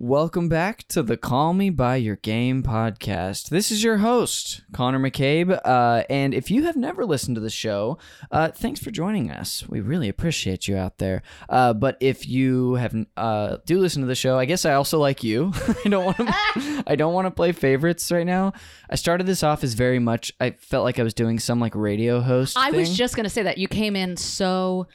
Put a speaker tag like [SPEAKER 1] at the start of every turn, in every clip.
[SPEAKER 1] Welcome back to the Call Me By Your Game podcast. This is your host, Connor McCabe. Uh, and if you have never listened to the show, uh, thanks for joining us. We really appreciate you out there. Uh, but if you have uh, do listen to the show, I guess I also like you. I don't want to. I don't want to play favorites right now. I started this off as very much. I felt like I was doing some like radio host.
[SPEAKER 2] I was
[SPEAKER 1] thing.
[SPEAKER 2] just gonna say that you came in so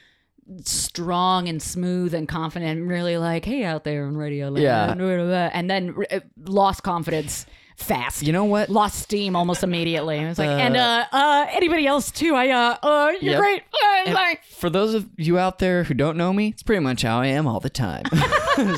[SPEAKER 2] strong and smooth and confident, and really like, hey, out there on radio, land,"
[SPEAKER 1] Yeah.
[SPEAKER 2] blah, blah, blah, and then uh, lost confidence fast.
[SPEAKER 1] You know what?
[SPEAKER 2] lost steam almost immediately. It was like, and uh, uh, anybody else too? I uh, uh you're
[SPEAKER 1] Yep.
[SPEAKER 2] great. Uh,
[SPEAKER 1] And
[SPEAKER 2] like-
[SPEAKER 1] for those of you out there who don't know me, it's pretty much how I am all the time.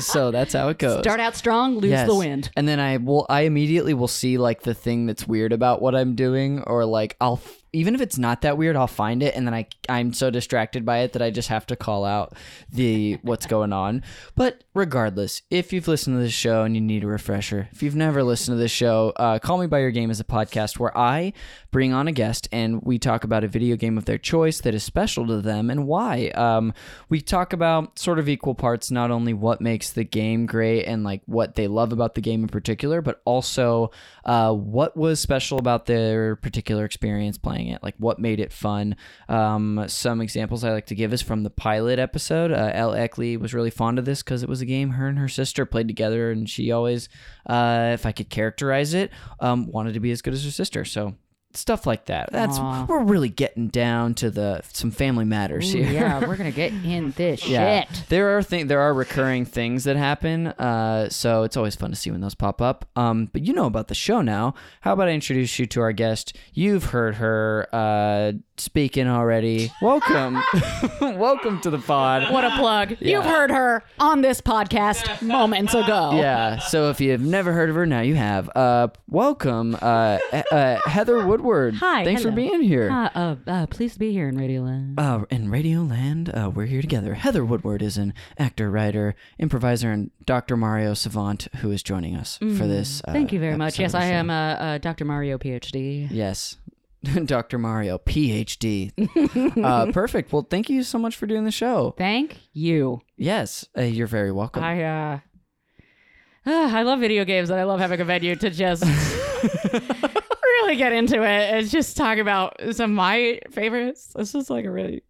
[SPEAKER 1] so that's how it goes.
[SPEAKER 2] Start out strong, lose
[SPEAKER 1] Yes.
[SPEAKER 2] the wind.
[SPEAKER 1] And then I will I immediately will see like the thing that's weird about what I'm doing or like I'll f- even if it's not that weird, I'll find it and then I I'm so distracted by it that I just have to call out the what's going on. But regardless, if you've listened to this show and you need a refresher, if you've never listened to this show, uh, Call Me by Your Game is a podcast where I bring on a guest and we talk about a video game of their choice that is special to them and why. Um, we talk about sort of equal parts, not only what makes the game great and like what they love about the game in particular, but also uh, what was special about their particular experience playing it, like what made it fun. Um, some examples I like to give is from the pilot episode. Uh, Elle Eckley was really fond of this because it was a game her and her sister played together, and she always, uh, if I could characterize it, um, wanted to be as good as her sister. So. Stuff like that. That's
[SPEAKER 2] Aw.
[SPEAKER 1] we're really getting down to the some family matters
[SPEAKER 2] Ooh,
[SPEAKER 1] here.
[SPEAKER 2] yeah, we're gonna get in this shit.
[SPEAKER 1] There are thing there are recurring things that happen. Uh, so it's always fun to see when those pop up. Um, but you know about the show now. How about I introduce you to our guest? You've heard her uh, speaking already. Welcome. Welcome to the pod.
[SPEAKER 2] What a plug! You've heard her on this podcast moments ago.
[SPEAKER 1] Yeah. So if you've never heard of her, now you have. Uh, welcome, uh, He- uh, Heather Woodward.
[SPEAKER 2] Hi,
[SPEAKER 1] Thanks for
[SPEAKER 2] hello.
[SPEAKER 1] being here.
[SPEAKER 2] Uh, uh, uh, pleased to be here in Radio Land.
[SPEAKER 1] Uh, in Radioland, uh, we're here together. Heather Woodward is an actor, writer, improviser, and Dr. Mario Savant, who is joining us for this. Uh,
[SPEAKER 2] Mm-hmm. Thank you very much.
[SPEAKER 1] episode
[SPEAKER 2] Yes,
[SPEAKER 1] of
[SPEAKER 2] I
[SPEAKER 1] the show.
[SPEAKER 2] am a, a Dr. Mario PhD.
[SPEAKER 1] Yes. Dr. Mario, PhD. uh, perfect. Well, thank you so much for doing the show.
[SPEAKER 2] Thank you.
[SPEAKER 1] Yes, uh, you're very welcome.
[SPEAKER 2] I uh, ah, I love video games and I love having a venue to just really get into it and just talk about some of my favorites. This is like a really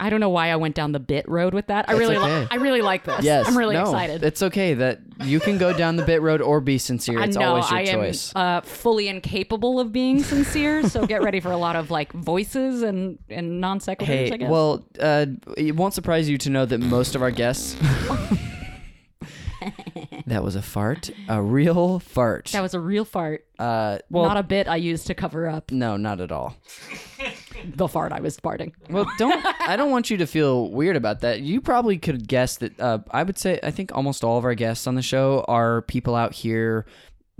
[SPEAKER 2] I don't know why I went down the bit road with that. I
[SPEAKER 1] That's
[SPEAKER 2] really
[SPEAKER 1] okay.
[SPEAKER 2] li- I really like this.
[SPEAKER 1] yes.
[SPEAKER 2] I'm really
[SPEAKER 1] no,
[SPEAKER 2] excited.
[SPEAKER 1] It's okay that you can go down the bit road or be sincere. It's
[SPEAKER 2] I know
[SPEAKER 1] always your
[SPEAKER 2] I
[SPEAKER 1] choice.
[SPEAKER 2] am uh, fully incapable of being sincere, so get ready for a lot of like voices and and non sequiturs. I
[SPEAKER 1] Hey,
[SPEAKER 2] guess.
[SPEAKER 1] well, uh, it won't surprise you to know that most of our guests. that was a fart, a real fart.
[SPEAKER 2] that was a real fart,
[SPEAKER 1] uh, well,
[SPEAKER 2] not a bit I used to cover up
[SPEAKER 1] no, not at all.
[SPEAKER 2] the fart I was farting.
[SPEAKER 1] Well, don't. I don't want you to feel weird about that. You probably could guess that. Uh, I would say I think almost all of our guests on the show are people out here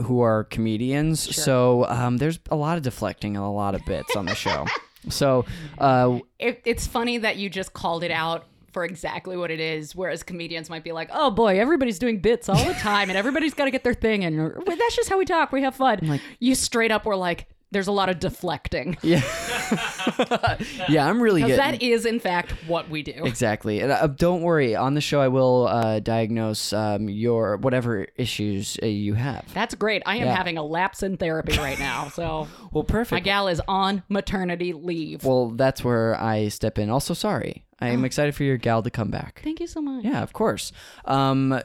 [SPEAKER 1] who are comedians. So um, there's a lot of deflecting and a lot of bits on the show. So uh,
[SPEAKER 2] it, it's funny that you just called it out for exactly what it is whereas comedians might be like oh boy everybody's doing bits all the time and everybody's got to get their thing and well, that's just how we talk we have fun you straight up were like there's a lot of deflecting
[SPEAKER 1] yeah, yeah, I'm really
[SPEAKER 2] because
[SPEAKER 1] getting.
[SPEAKER 2] that is in fact what we do
[SPEAKER 1] Exactly, and uh, don't worry. On the show, I will uh, diagnose um, your whatever issues uh, you have.
[SPEAKER 2] that's great i am
[SPEAKER 1] Yeah.
[SPEAKER 2] having a lapse in therapy right now so
[SPEAKER 1] Well,
[SPEAKER 2] my
[SPEAKER 1] perfect.
[SPEAKER 2] gal is on maternity leave
[SPEAKER 1] well, that's where I step in. Also, sorry, I am excited for your gal to come back.
[SPEAKER 2] thank you so much
[SPEAKER 1] Yeah, of course. Um,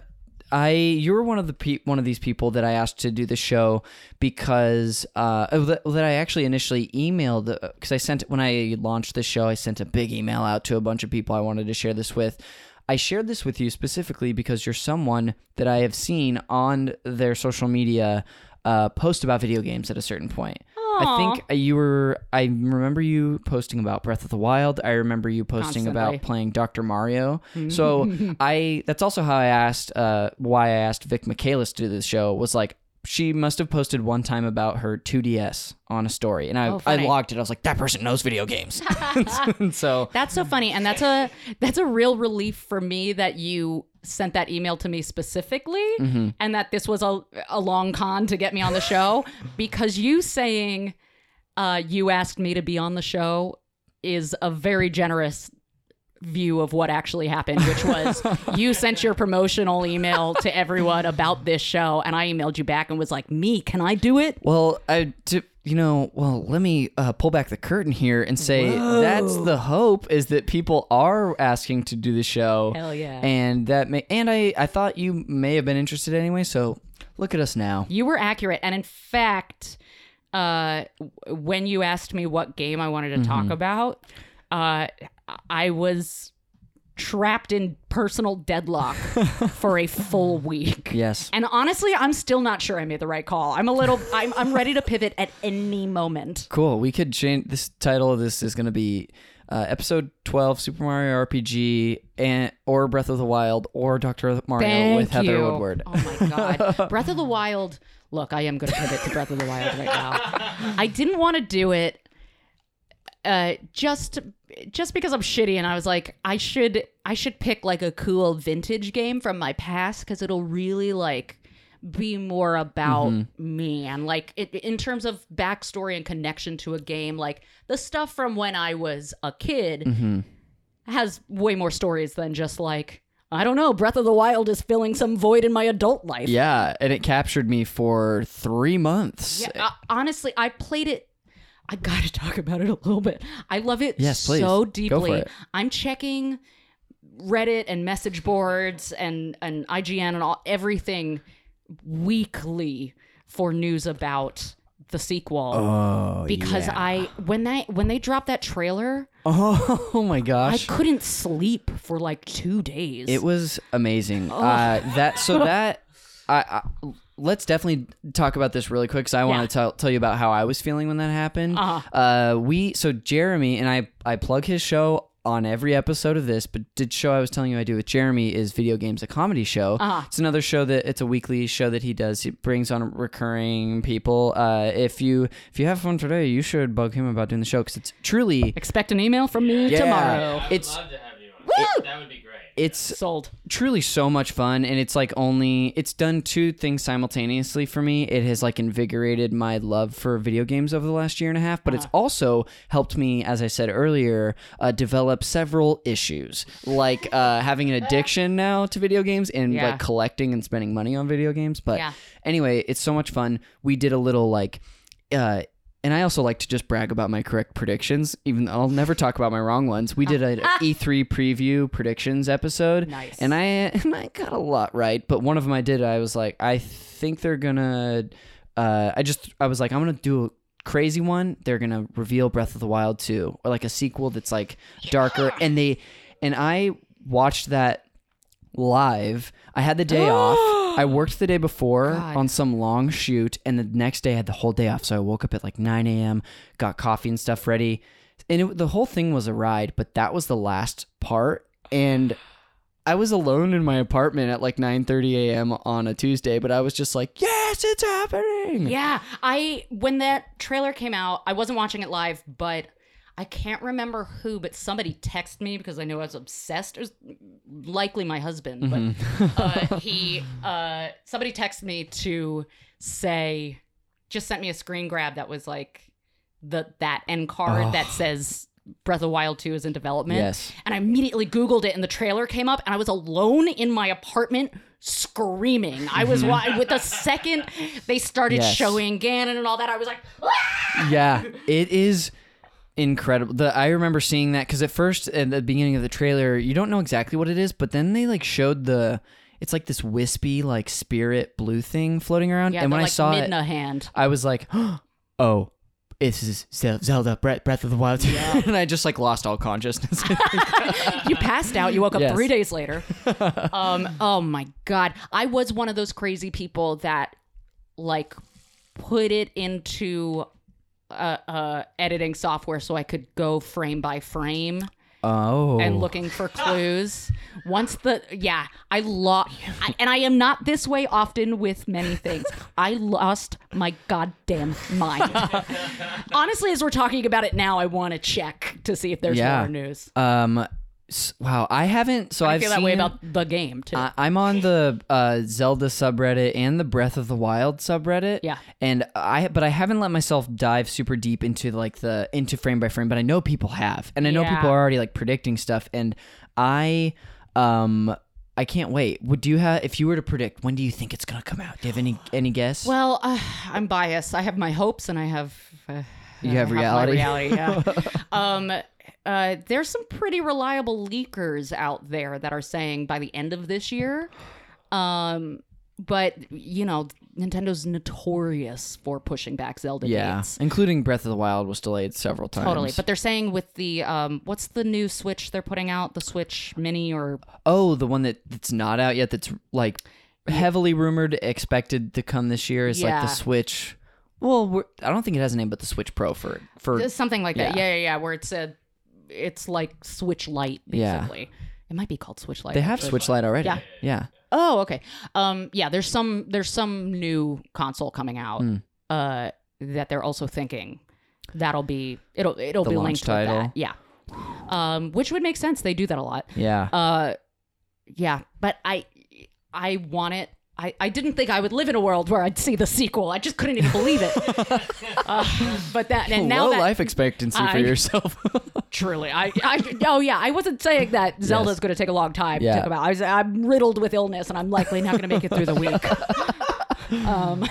[SPEAKER 1] I you were one of the pe- one of these people that I asked to do the show because uh, oh, that, that I actually initially emailed because I sent when I launched the show I sent a big email out to a bunch of people I wanted to share this with. I shared this with you specifically because you're someone that I have seen on their social media uh, post about video games at a certain point. I think uh, you were. I remember you posting about Breath of the Wild. I remember you posting about
[SPEAKER 2] Constantly.
[SPEAKER 1] playing Dr. Mario.
[SPEAKER 2] Mm-hmm.
[SPEAKER 1] So I that's also how I asked uh, why I asked Vic Michaelis to do this show was like she must have posted one time about her 2DS on a story, and I I
[SPEAKER 2] Oh, funny.
[SPEAKER 1] logged it. I was like, that person knows video games. And so
[SPEAKER 2] That's so funny, and that's a that's a real relief for me that you sent that email to me specifically, and that this was a a long con to get me on the show because you saying uh, you asked me to be on the show is a very generous view of what actually happened, which was you sent your promotional email to everyone about this show, and I emailed you back and was like, "Me, can I do it?"
[SPEAKER 1] Well, I d- you know, well, let me uh, pull back the curtain here and say that's the hope is that people are asking to do the show.
[SPEAKER 2] Hell yeah.
[SPEAKER 1] And that may and I I thought you may have been interested anyway, so look at us now.
[SPEAKER 2] You were accurate, and in fact, uh, w- when you asked me what game I
[SPEAKER 1] Mm-hmm.
[SPEAKER 2] wanted to talk about, uh, I was trapped in personal deadlock for a full week.
[SPEAKER 1] Yes.
[SPEAKER 2] And honestly, I'm still not sure I made the right call. I'm a little I'm I'm ready to pivot at any moment.
[SPEAKER 1] Cool. We could change this title of this is going to be uh, episode 12 Super Mario RPG and or Breath of the Wild or Dr. Mario
[SPEAKER 2] Thank
[SPEAKER 1] with Heather
[SPEAKER 2] you.
[SPEAKER 1] Woodward.
[SPEAKER 2] Oh my god. Breath of the Wild. Look, I am going to pivot to Breath of the Wild right now. I didn't want to do it uh just just because I'm shitty and I was like I should I should pick like a cool vintage game from my past cuz it'll really like be more about me and like it, in terms of backstory and connection to a game like the stuff from when I was a kid has way more stories than just like I don't know. Breath of the Wild is filling some void in my adult life.
[SPEAKER 1] Yeah, and it captured me for 3 months.
[SPEAKER 2] Yeah, uh, honestly, I played it. I gotta talk about it a little bit. I love it
[SPEAKER 1] Yes, please.
[SPEAKER 2] so
[SPEAKER 1] Go for
[SPEAKER 2] deeply.
[SPEAKER 1] it.
[SPEAKER 2] I'm checking Reddit and message boards and and IGN and all everything weekly for news about the sequel.
[SPEAKER 1] Oh,
[SPEAKER 2] because I when they when they dropped that trailer,
[SPEAKER 1] Oh, my
[SPEAKER 2] I
[SPEAKER 1] gosh.
[SPEAKER 2] couldn't sleep for like two days.
[SPEAKER 1] It was amazing.
[SPEAKER 2] Oh.
[SPEAKER 1] Uh, that so that I, I let's definitely talk about this really quick because I want to tell tell you about how I was feeling when that happened.
[SPEAKER 2] Uh-huh.
[SPEAKER 1] Uh, we so Jeremy and I I plug his show on every episode of this, but the show I was telling you I do with Jeremy is Video Games a Comedy Show.
[SPEAKER 2] Uh-huh.
[SPEAKER 1] It's another show that it's a weekly show that he does. He brings on recurring people. Uh, if you if you have fun today, you should bug him about doing the show because it's truly
[SPEAKER 2] Expect an email from me
[SPEAKER 1] Yeah.
[SPEAKER 2] tomorrow.
[SPEAKER 1] It's
[SPEAKER 3] Love to have you on. That would be great.
[SPEAKER 1] it's
[SPEAKER 2] Sold.
[SPEAKER 1] truly so much fun and it's like only it's done two things simultaneously for me it has like invigorated my love for video games over the last year and a half but
[SPEAKER 2] Uh-huh.
[SPEAKER 1] it's also helped me as i said earlier uh, develop several issues like uh, having an addiction now to video games and
[SPEAKER 2] Yeah.
[SPEAKER 1] like collecting and spending money on video games but
[SPEAKER 2] Yeah.
[SPEAKER 1] anyway it's so much fun we did a little like uh, and I also like to just brag about my correct predictions, even though I'll never talk about my wrong ones. We did an E3 preview predictions episode,
[SPEAKER 2] Nice.
[SPEAKER 1] and I and I got a lot right. But one of them I did. I was like, I think they're gonna. Uh, I just I was like, I'm gonna do a crazy one. They're gonna reveal Breath of the Wild 2 or like a sequel that's like darker. And they and I watched that live. I had the day off. I worked the day before on some long shoot, and the next day I had the whole day off. So I woke up at like 9 a.m., got coffee and stuff ready. And it, the whole thing was a ride, but that was the last part. And I was alone in my apartment at like 9:30 a.m. on a Tuesday, but I was just like, "Yes, it's happening."
[SPEAKER 2] Yeah, I when that trailer came out, I wasn't watching it live, but I can't remember who, but somebody texted me because I know I was obsessed. It was likely my husband, but uh, he uh, somebody texted me to say just sent me a screen grab that was like the that end card that says Breath of the Wild 2 is in development.
[SPEAKER 1] Yes.
[SPEAKER 2] And I immediately Googled it, and the trailer came up, and I was alone in my apartment screaming. I was wa- with the second they started
[SPEAKER 1] Yes.
[SPEAKER 2] showing Ganon and all that, I was like, "Ah!"
[SPEAKER 1] yeah, it is incredible. The I remember seeing that because at first, at the beginning of the trailer, you don't know exactly what it is, but then they like showed the. It's like this wispy, like spirit blue thing floating around,
[SPEAKER 2] yeah,
[SPEAKER 1] and
[SPEAKER 2] the,
[SPEAKER 1] when
[SPEAKER 2] like
[SPEAKER 1] I saw it,
[SPEAKER 2] Midna hand.
[SPEAKER 1] I was like, "Oh, this is Ze- Zelda Breath Breath of the Wild," and I just like lost all consciousness.
[SPEAKER 2] you passed out. You woke up
[SPEAKER 1] Yes.
[SPEAKER 2] three days later. um, oh my god, I was one of those crazy people that like put it into uh, uh, editing software so I could go frame by frame
[SPEAKER 1] oh,
[SPEAKER 2] and looking for clues. Once the yeah, I lost, and I am not this way often with many things. I lost my goddamn mind. Honestly, as we're talking about it now, I want to check to see if there's
[SPEAKER 1] Yeah.
[SPEAKER 2] more news.
[SPEAKER 1] Um, s- wow, I haven't. So
[SPEAKER 2] I
[SPEAKER 1] have
[SPEAKER 2] feel
[SPEAKER 1] seen
[SPEAKER 2] that way about the game too.
[SPEAKER 1] I, I'm on the uh, Zelda subreddit and the Breath of the Wild subreddit.
[SPEAKER 2] Yeah.
[SPEAKER 1] and I but I haven't let myself dive super deep into like the into frame by frame. But I know people have, and I know
[SPEAKER 2] Yeah.
[SPEAKER 1] people are already like predicting stuff. And I, um, I can't wait. Would you have if you were to predict when do you think it's gonna come out? Do you have any any guess?
[SPEAKER 2] well, uh, I'm biased. I have my hopes and I have. Uh,
[SPEAKER 1] You
[SPEAKER 2] I
[SPEAKER 1] have
[SPEAKER 2] my
[SPEAKER 1] reality.
[SPEAKER 2] reality. Yeah. um, uh, there's some pretty reliable leakers out there that are saying by the end of this year. Um, but you know, Nintendo's notorious for pushing back Zelda
[SPEAKER 1] yeah,
[SPEAKER 2] dates.
[SPEAKER 1] including Breath of the Wild was delayed several times.
[SPEAKER 2] Totally, but they're saying with the um, what's the new Switch they're putting out? The Switch Mini or
[SPEAKER 1] oh, the one that that's not out yet. That's like heavily rumored, expected to come this year is like
[SPEAKER 2] Yeah.
[SPEAKER 1] the Switch. Well, we're, I don't think it has a name, but the Switch Pro for for
[SPEAKER 2] something like that.
[SPEAKER 1] Yeah.
[SPEAKER 2] Yeah, yeah, yeah. Where it's a, it's like Switch Lite
[SPEAKER 1] Yeah.
[SPEAKER 2] basically. It might be called Switch Lite.
[SPEAKER 1] they have Switch Lite already.
[SPEAKER 2] Yeah.
[SPEAKER 1] yeah.
[SPEAKER 2] Oh, okay. Um, yeah. There's some there's some new console coming out.
[SPEAKER 1] Mm.
[SPEAKER 2] Uh, that they're also thinking that'll be it'll it'll
[SPEAKER 1] The
[SPEAKER 2] be
[SPEAKER 1] launch
[SPEAKER 2] linked
[SPEAKER 1] title.
[SPEAKER 2] with that. Yeah. Um, which would make sense. They do that a lot.
[SPEAKER 1] Yeah.
[SPEAKER 2] Uh, yeah. But I I want it. I, I didn't think I would live in a world where I'd see the sequel. I just couldn't even believe it. uh, but that and now
[SPEAKER 1] Low
[SPEAKER 2] that,
[SPEAKER 1] life expectancy for
[SPEAKER 2] I-
[SPEAKER 1] yourself.
[SPEAKER 2] Truly, I, I, oh yeah, I wasn't saying that Zelda's going to take a long time
[SPEAKER 1] Yeah.
[SPEAKER 2] to come out. I was, I'm riddled with illness, and I'm likely not going to make it through the week. um,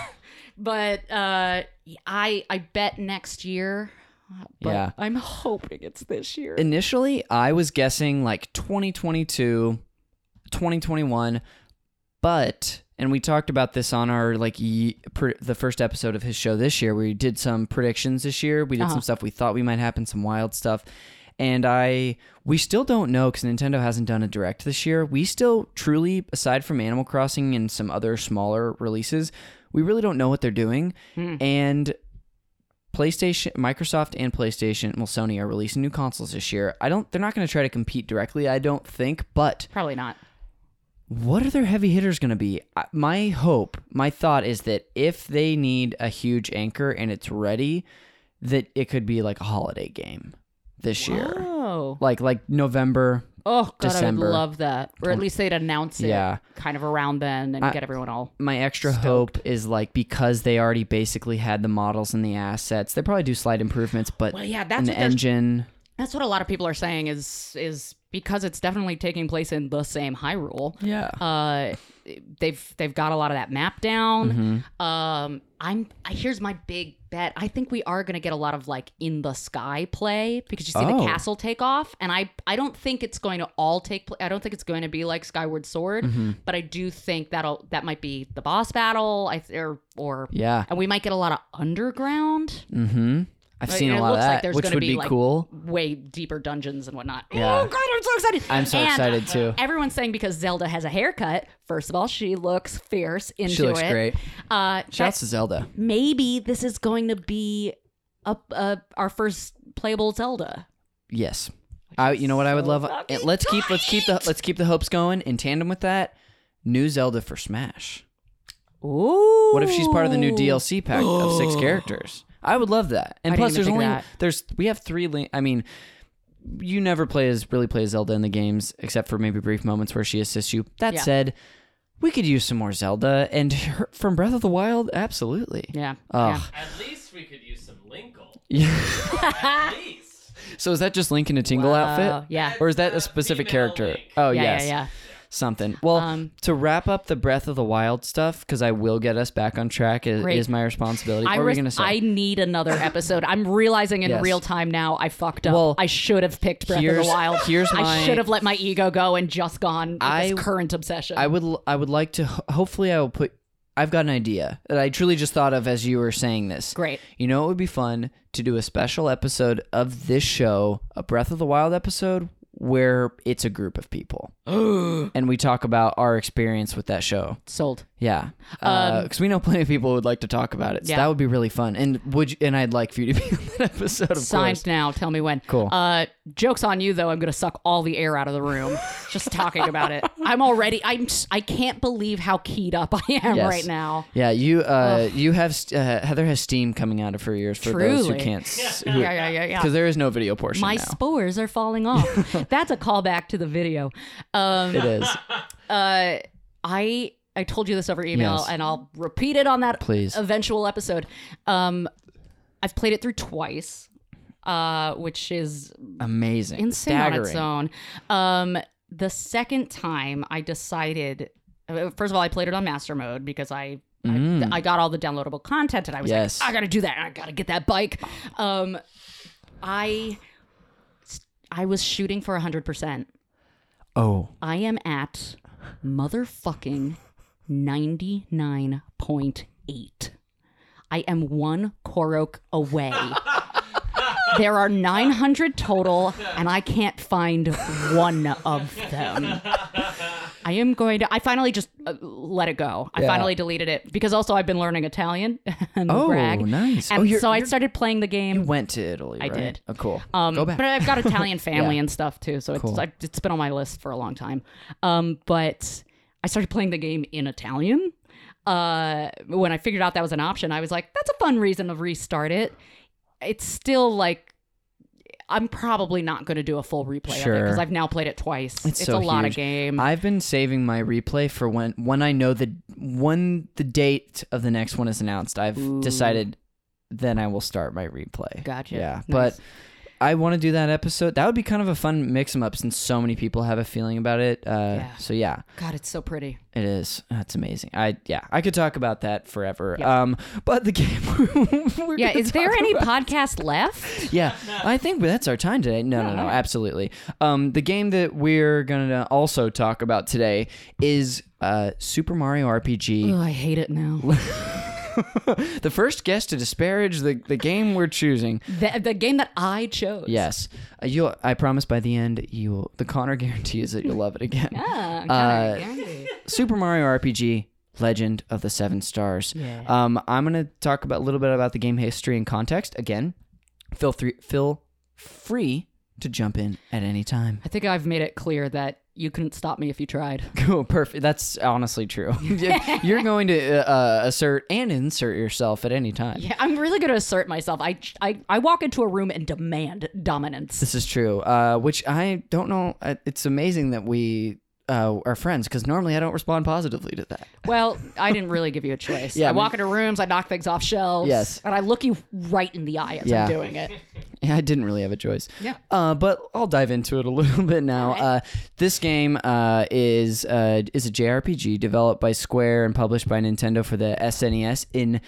[SPEAKER 2] but uh, I, I bet next year. But
[SPEAKER 1] Yeah.
[SPEAKER 2] I'm hoping it's this year.
[SPEAKER 1] Initially, I was guessing like 2022, 2021, but and we talked about this on our like ye- pre- the first episode of his show this year. We did some predictions this year. We did some stuff we thought we might happen, some wild stuff. And I we still don't know cuz Nintendo hasn't done a direct this year. We still truly aside from Animal Crossing and some other smaller releases, we really don't know what they're doing. And PlayStation, Microsoft, and PlayStation, well, Sony are releasing new consoles this year. I don't. They're not going to try to compete directly, I don't think. But
[SPEAKER 2] Probably not.
[SPEAKER 1] what are their heavy hitters going to be? I- My hope, my thought is that if they need a huge anchor and it's ready, that it could be like a holiday game this year,
[SPEAKER 2] Oh,
[SPEAKER 1] like like November.
[SPEAKER 2] oh, God, I
[SPEAKER 1] December.
[SPEAKER 2] would love that. Or at least they'd announce it,
[SPEAKER 1] Yeah.
[SPEAKER 2] kind of around then, and
[SPEAKER 1] I-
[SPEAKER 2] get everyone all.
[SPEAKER 1] My extra hope is like because they already basically had the models and the assets. They probably do slight improvements, but
[SPEAKER 2] Well, yeah,
[SPEAKER 1] and
[SPEAKER 2] that's
[SPEAKER 1] the
[SPEAKER 2] what they're
[SPEAKER 1] engine.
[SPEAKER 2] That's what a lot of people are saying is is because it's definitely taking place in the same Hyrule.
[SPEAKER 1] Yeah.
[SPEAKER 2] Uh, they've they've got a lot of that map down.
[SPEAKER 1] Mm-hmm.
[SPEAKER 2] Um, I'm I, here's my big bet. I think we are gonna get a lot of like in the sky play because you see
[SPEAKER 1] Oh.
[SPEAKER 2] the castle take off, and I I don't think it's going to all take place. I don't think it's going to be like Skyward Sword,
[SPEAKER 1] Mm-hmm.
[SPEAKER 2] but I do think that'll that might be the boss battle. I or or
[SPEAKER 1] Yeah.
[SPEAKER 2] and we might get a lot of underground.
[SPEAKER 1] Mm-hmm. I've
[SPEAKER 2] Like,
[SPEAKER 1] seen
[SPEAKER 2] it
[SPEAKER 1] a lot of
[SPEAKER 2] looks like
[SPEAKER 1] that,
[SPEAKER 2] there's
[SPEAKER 1] which
[SPEAKER 2] gonna
[SPEAKER 1] would
[SPEAKER 2] be,
[SPEAKER 1] be
[SPEAKER 2] like,
[SPEAKER 1] cool.
[SPEAKER 2] way deeper dungeons and whatnot.
[SPEAKER 1] Yeah.
[SPEAKER 2] Oh god, I'm so excited.
[SPEAKER 1] I'm so
[SPEAKER 2] And
[SPEAKER 1] excited too.
[SPEAKER 2] Everyone's saying because Zelda has a haircut. First of all, she looks fierce into
[SPEAKER 1] She looks
[SPEAKER 2] it.
[SPEAKER 1] great.
[SPEAKER 2] Uh,
[SPEAKER 1] Shouts
[SPEAKER 2] that
[SPEAKER 1] to Zelda.
[SPEAKER 2] maybe this is going to be a, a, our first playable Zelda.
[SPEAKER 1] Yes. I, you know what I would love? And let's keep let's keep the let's keep the hopes going. In tandem with that, new Zelda for Smash.
[SPEAKER 2] Ooh.
[SPEAKER 1] What if she's part of the new DLC pack of six characters? I would love that. And
[SPEAKER 2] I didn't
[SPEAKER 1] plus,
[SPEAKER 2] even
[SPEAKER 1] there's
[SPEAKER 2] think of
[SPEAKER 1] only
[SPEAKER 2] that.
[SPEAKER 1] there's we have three. Link, I mean, you never play as really play as Zelda in the games, except for maybe brief moments where she assists you. That
[SPEAKER 2] Yeah.
[SPEAKER 1] said, we could use some more Zelda and her, from Breath of the Wild. Absolutely.
[SPEAKER 2] Yeah.
[SPEAKER 1] Ugh.
[SPEAKER 3] At least we could use some Linkle.
[SPEAKER 1] Yeah.
[SPEAKER 2] yeah.
[SPEAKER 3] At least.
[SPEAKER 1] So is that just Link in a tingle
[SPEAKER 2] Uh,
[SPEAKER 1] outfit?
[SPEAKER 2] yeah.
[SPEAKER 1] Or is that a
[SPEAKER 3] Uh,
[SPEAKER 1] specific
[SPEAKER 3] female
[SPEAKER 1] character?
[SPEAKER 3] Link.
[SPEAKER 1] Oh
[SPEAKER 2] yeah,
[SPEAKER 1] yes,
[SPEAKER 2] yeah, yeah.
[SPEAKER 1] something. Well,
[SPEAKER 2] Um,
[SPEAKER 1] to wrap up the Breath of the Wild stuff, because I will get us back on track. i- Is,
[SPEAKER 2] Great.
[SPEAKER 1] my responsibility. What
[SPEAKER 2] I,
[SPEAKER 1] were we
[SPEAKER 2] res-
[SPEAKER 1] gonna say?
[SPEAKER 2] I need another episode. I'm realizing in
[SPEAKER 1] Yes.
[SPEAKER 2] real time now I fucked up.
[SPEAKER 1] Well,
[SPEAKER 2] I should have picked Breath of
[SPEAKER 1] here's-
[SPEAKER 2] the Wild.
[SPEAKER 1] here's my-
[SPEAKER 2] I should have let my ego go and just gone with
[SPEAKER 1] I-
[SPEAKER 2] this current obsession.
[SPEAKER 1] I would. l- I would like to. ho- Hopefully, I will put. I've got an idea that I truly just thought of as you were saying this.
[SPEAKER 2] Great.
[SPEAKER 1] You know, it would be fun to do a special episode of this show, a Breath of the Wild episode, where it's a group of people and we talk about our experience with that show.
[SPEAKER 2] Sold.
[SPEAKER 1] Yeah, because we know plenty of people who would like to talk about it. So
[SPEAKER 2] Um, Yeah.
[SPEAKER 1] that would be really fun. And would you, and I'd like for you to be on that episode. Of
[SPEAKER 2] Signed
[SPEAKER 1] course.
[SPEAKER 2] now. Tell me when.
[SPEAKER 1] Cool.
[SPEAKER 2] Uh, Joke's on you, though. I'm going to suck all the air out of the room just talking about it. I'm already, I'm, s- I can't believe how keyed up I am
[SPEAKER 1] Yes.
[SPEAKER 2] right now.
[SPEAKER 1] Yeah, you uh, you have st- uh, Heather has steam coming out of her ears for those who
[SPEAKER 2] Truly.
[SPEAKER 1] can't because
[SPEAKER 2] Yeah, yeah, yeah, yeah.
[SPEAKER 1] there is no video portion
[SPEAKER 2] My
[SPEAKER 1] now.
[SPEAKER 2] spores are falling off. That's a callback to the video. Um,
[SPEAKER 1] it is
[SPEAKER 2] uh, I I told you this over email,
[SPEAKER 1] Yes.
[SPEAKER 2] and I'll repeat it on that
[SPEAKER 1] Please.
[SPEAKER 2] eventual episode. Um, I've played it through twice, uh, which is
[SPEAKER 1] amazing,
[SPEAKER 2] insane
[SPEAKER 1] staggering.
[SPEAKER 2] on its own. Um, the second time I decided, uh, first of all, I played it on master mode because I.
[SPEAKER 1] Mm.
[SPEAKER 2] I, I got all the downloadable content and I was
[SPEAKER 1] Yes.
[SPEAKER 2] like, I gotta do that. I gotta get that bike. Um, I, I was shooting for hundred percent.
[SPEAKER 1] Oh,
[SPEAKER 2] I am at motherfucking 99.8. I am one Korok away. there are 900 total, and I can't find one of them. I am going to. I finally just uh, let it go. I
[SPEAKER 1] Yeah.
[SPEAKER 2] finally deleted it because also I've been learning Italian and
[SPEAKER 1] Oh,
[SPEAKER 2] brag.
[SPEAKER 1] nice. Oh,
[SPEAKER 2] And
[SPEAKER 1] you're-
[SPEAKER 2] so I
[SPEAKER 1] you're-
[SPEAKER 2] started playing the game.
[SPEAKER 1] went to Italy. I
[SPEAKER 2] did.
[SPEAKER 1] Oh, cool.
[SPEAKER 2] Um,
[SPEAKER 1] Go back.
[SPEAKER 2] But I've got Italian family
[SPEAKER 1] Yeah.
[SPEAKER 2] and stuff too, so
[SPEAKER 1] Cool.
[SPEAKER 2] it's, I, it's been on my list for a long time. Um, but I started playing the game in Italian. Uh, when I figured out that was an option, I was like, that's a fun reason to restart it. It's still like, I'm probably not going to do a full replay of it because
[SPEAKER 1] Sure.
[SPEAKER 2] I've now played it twice.
[SPEAKER 1] It's
[SPEAKER 2] It's,
[SPEAKER 1] so
[SPEAKER 2] a lot
[SPEAKER 1] huge.
[SPEAKER 2] of game.
[SPEAKER 1] I've been saving my replay for when when I know the when the date of the next one is announced. I've
[SPEAKER 2] Ooh.
[SPEAKER 1] decided then I will start my replay.
[SPEAKER 2] Gotcha.
[SPEAKER 1] Yeah,
[SPEAKER 2] Nice.
[SPEAKER 1] but I want to do that episode. That would be kind of a fun mix 'em up since so many people have a feeling about it. Uh,
[SPEAKER 2] Yeah.
[SPEAKER 1] So yeah,
[SPEAKER 2] God, it's so pretty.
[SPEAKER 1] it is. That's amazing. I yeah, I could talk about that forever.
[SPEAKER 2] Yeah.
[SPEAKER 1] Um, but the game. we're
[SPEAKER 2] Yeah,
[SPEAKER 1] gonna
[SPEAKER 2] is there
[SPEAKER 1] talk
[SPEAKER 2] any
[SPEAKER 1] about-
[SPEAKER 2] podcast left?
[SPEAKER 1] yeah, I think that's our time today. No, no, no, absolutely. Um, the game that we're gonna also talk about today is uh, Super Mario RPG.
[SPEAKER 2] Oh, I hate it now.
[SPEAKER 1] the first guest to disparage the, the game we're choosing.
[SPEAKER 2] the, the game that I chose.
[SPEAKER 1] Yes, uh, you. I promise. By the end, you. will The Connor guarantee is that you'll love it again.
[SPEAKER 2] Ah,
[SPEAKER 1] Uh,
[SPEAKER 2] God, yeah.
[SPEAKER 1] Super Mario RPG Legend of the Seven Stars.
[SPEAKER 2] Yeah.
[SPEAKER 1] Um, I'm gonna talk about a little bit about the game history and context. Again, feel three, feel free to jump in at any time.
[SPEAKER 2] I think I've made it clear that you couldn't stop me if you tried.
[SPEAKER 1] Cool, perfect. That's honestly true. You're going to uh, uh, assert and insert yourself at any time.
[SPEAKER 2] Yeah, I'm really going to assert myself. I, I, I walk into a room and demand dominance.
[SPEAKER 1] This is true. Uh, which I don't know. uh, It's amazing that we uh, are friends because normally I don't respond positively to that.
[SPEAKER 2] Well, I didn't really give you a choice.
[SPEAKER 1] Yeah,
[SPEAKER 2] I
[SPEAKER 1] I mean-
[SPEAKER 2] walk into rooms, I knock things off shelves,
[SPEAKER 1] Yes.
[SPEAKER 2] and I look you right in the eye as
[SPEAKER 1] Yeah.
[SPEAKER 2] I'm doing it.
[SPEAKER 1] I didn't really have a choice.
[SPEAKER 2] Yeah.
[SPEAKER 1] Uh, but I'll dive into it a little bit now. Uh, this game uh, is uh, is a JRPG developed by Square and published by Nintendo for the SNES in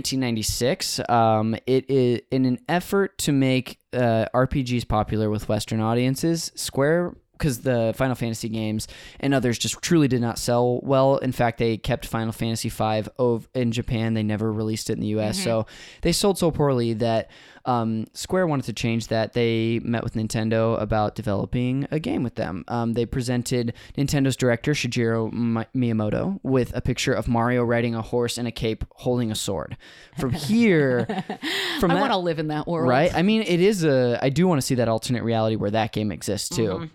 [SPEAKER 1] 1996. Um, it is in an effort to make uh, RPGs popular with Western audiences. Square because the Final Fantasy games and others just truly did not sell well. In fact, they kept Final Fantasy V ov- in Japan. They never released it in the
[SPEAKER 2] Mm-hmm.
[SPEAKER 1] U.S. So they sold so poorly that um, Square wanted to change that. They met with Nintendo about developing a game with them. Um, they presented Nintendo's director Shigeru Mi- Miyamoto with a picture of Mario riding a horse and a cape, holding a sword. From here, from
[SPEAKER 2] I
[SPEAKER 1] that-
[SPEAKER 2] want to live in that world.
[SPEAKER 1] Right? I mean, it is a. I do want to see that alternate reality where that game exists too.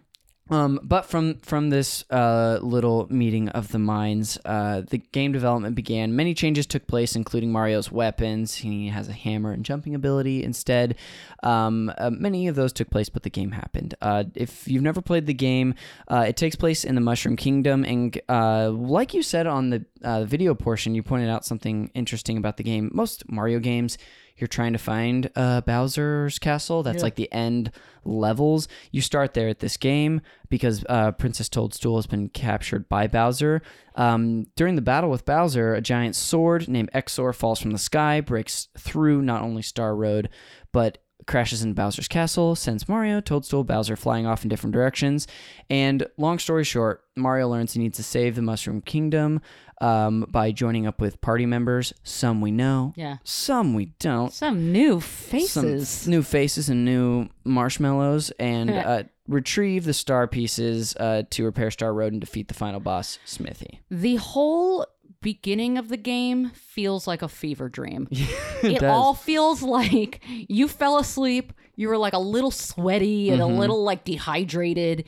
[SPEAKER 1] Um, but from from this uh, little meeting of the minds, uh, the game development began. Many changes took place, including Mario's weapons. He has a hammer and jumping ability instead. Um, uh, many of those took place, but the game happened. Uh, if you've never played the game, uh, it takes place in the Mushroom Kingdom, and uh, like you said on the uh, video portion, you pointed out something interesting about the game. Most Mario games, you're trying to find uh, Bowser's castle. That's like the end levels. You start there at this game because uh, Princess Toadstool has been captured by Bowser. Um, during the battle with Bowser, a giant sword named Exor falls from the sky, breaks through not only Star Road, but crashes into Bowser's castle, sends Mario, Toadstool, Bowser flying off in different directions. And long story short, Mario learns he needs to save the Mushroom Kingdom um, by joining up with party members, some we know,
[SPEAKER 2] Yeah.
[SPEAKER 1] some we don't.
[SPEAKER 2] Some new
[SPEAKER 1] Some
[SPEAKER 2] faces.
[SPEAKER 1] new faces and new marshmallows, and uh, retrieve the star pieces uh, to repair Star Road and defeat the final boss, Smithy.
[SPEAKER 2] the whole beginning of the game feels like a fever dream.
[SPEAKER 1] it
[SPEAKER 2] it all feels like you fell asleep, You were like a little sweaty and a little like dehydrated.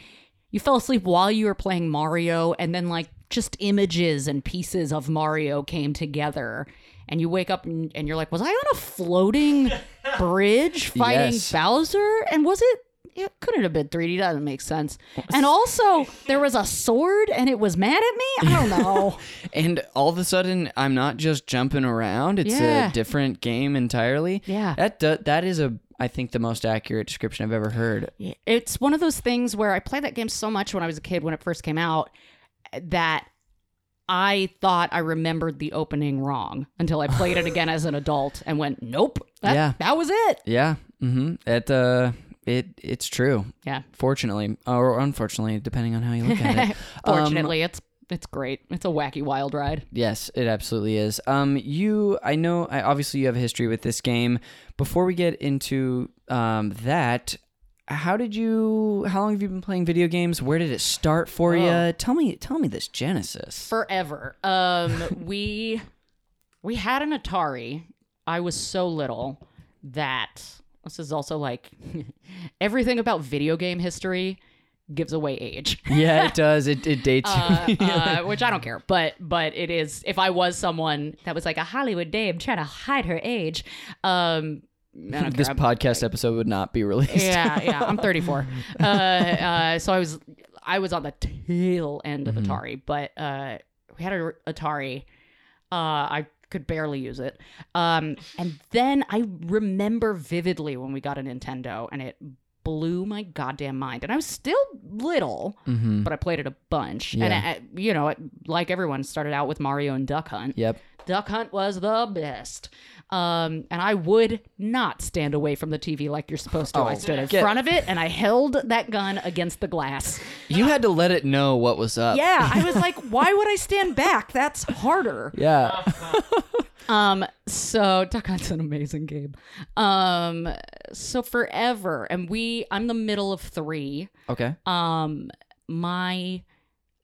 [SPEAKER 2] You fell asleep while you were playing Mario, and then like just images and pieces of Mario came together. And you wake up and, and you're like, was I on a floating bridge fighting
[SPEAKER 1] Yes.
[SPEAKER 2] Bowser? And was it? It couldn't have been 3D. Doesn't make sense. And also, there was a sword, and it was mad at me. I don't know.
[SPEAKER 1] And all of a sudden, I'm not just jumping around. It's
[SPEAKER 2] Yeah.
[SPEAKER 1] a different game entirely.
[SPEAKER 2] Yeah.
[SPEAKER 1] That do, that is a I think the most accurate description I've ever heard.
[SPEAKER 2] Yeah, It's one of those things where I played that game so much when I was a kid when it first came out eh, that I thought I remembered the opening wrong until I played it again as an adult and went, nope, that,
[SPEAKER 1] Yeah.
[SPEAKER 2] that was it.
[SPEAKER 1] Yeah. Mm-hmm. That uh, it it's true.
[SPEAKER 2] Yeah.
[SPEAKER 1] Fortunately, or unfortunately, depending on how you look at it. Um,
[SPEAKER 2] Fortunately, it's it's great. It's a wacky wild ride.
[SPEAKER 1] Yes, it absolutely is. Um, you, I know, I, obviously, you have a history with this game. Before we get into um, that, how did you? How long have you been playing video games? Where did it start for
[SPEAKER 2] Oh.
[SPEAKER 1] you? Tell me, tell me this Genesis.
[SPEAKER 2] Forever. Um we we had an Atari. I was so little that this is also like everything about video game history gives away age.
[SPEAKER 1] yeah, it does. It, it dates
[SPEAKER 2] uh,
[SPEAKER 1] you.
[SPEAKER 2] uh, which I don't care, but but it is. If I was someone that was like a Hollywood dame trying to hide her age, um, I don't
[SPEAKER 1] this
[SPEAKER 2] care. I'm-
[SPEAKER 1] podcast episode would not be released.
[SPEAKER 2] yeah, yeah, I'm 34. Uh, uh, so I was I was on the tail end of Atari, but uh, we had a Atari. Uh, I could barely use it. Um, and then I remember vividly when we got a Nintendo, and it blew my goddamn mind. And I was still little
[SPEAKER 1] hmm
[SPEAKER 2] but I played it a bunch. And
[SPEAKER 1] Yeah.
[SPEAKER 2] I, I- you know, it, like everyone, started out with Mario and Duck Hunt.
[SPEAKER 1] Yep.
[SPEAKER 2] Duck Hunt was the best. Um, and I would not stand away from the TV like you're supposed to. I stood in
[SPEAKER 1] get-
[SPEAKER 2] front of it and I held that gun against the glass.
[SPEAKER 1] You had to let it know what was up.
[SPEAKER 2] Yeah, I was like, why would I stand back? That's harder. Uh,
[SPEAKER 1] Yeah.
[SPEAKER 2] Um, so Duck Hunt's an amazing game. Um, so forever, and we, I'm the middle of three.
[SPEAKER 1] Okay.
[SPEAKER 2] um my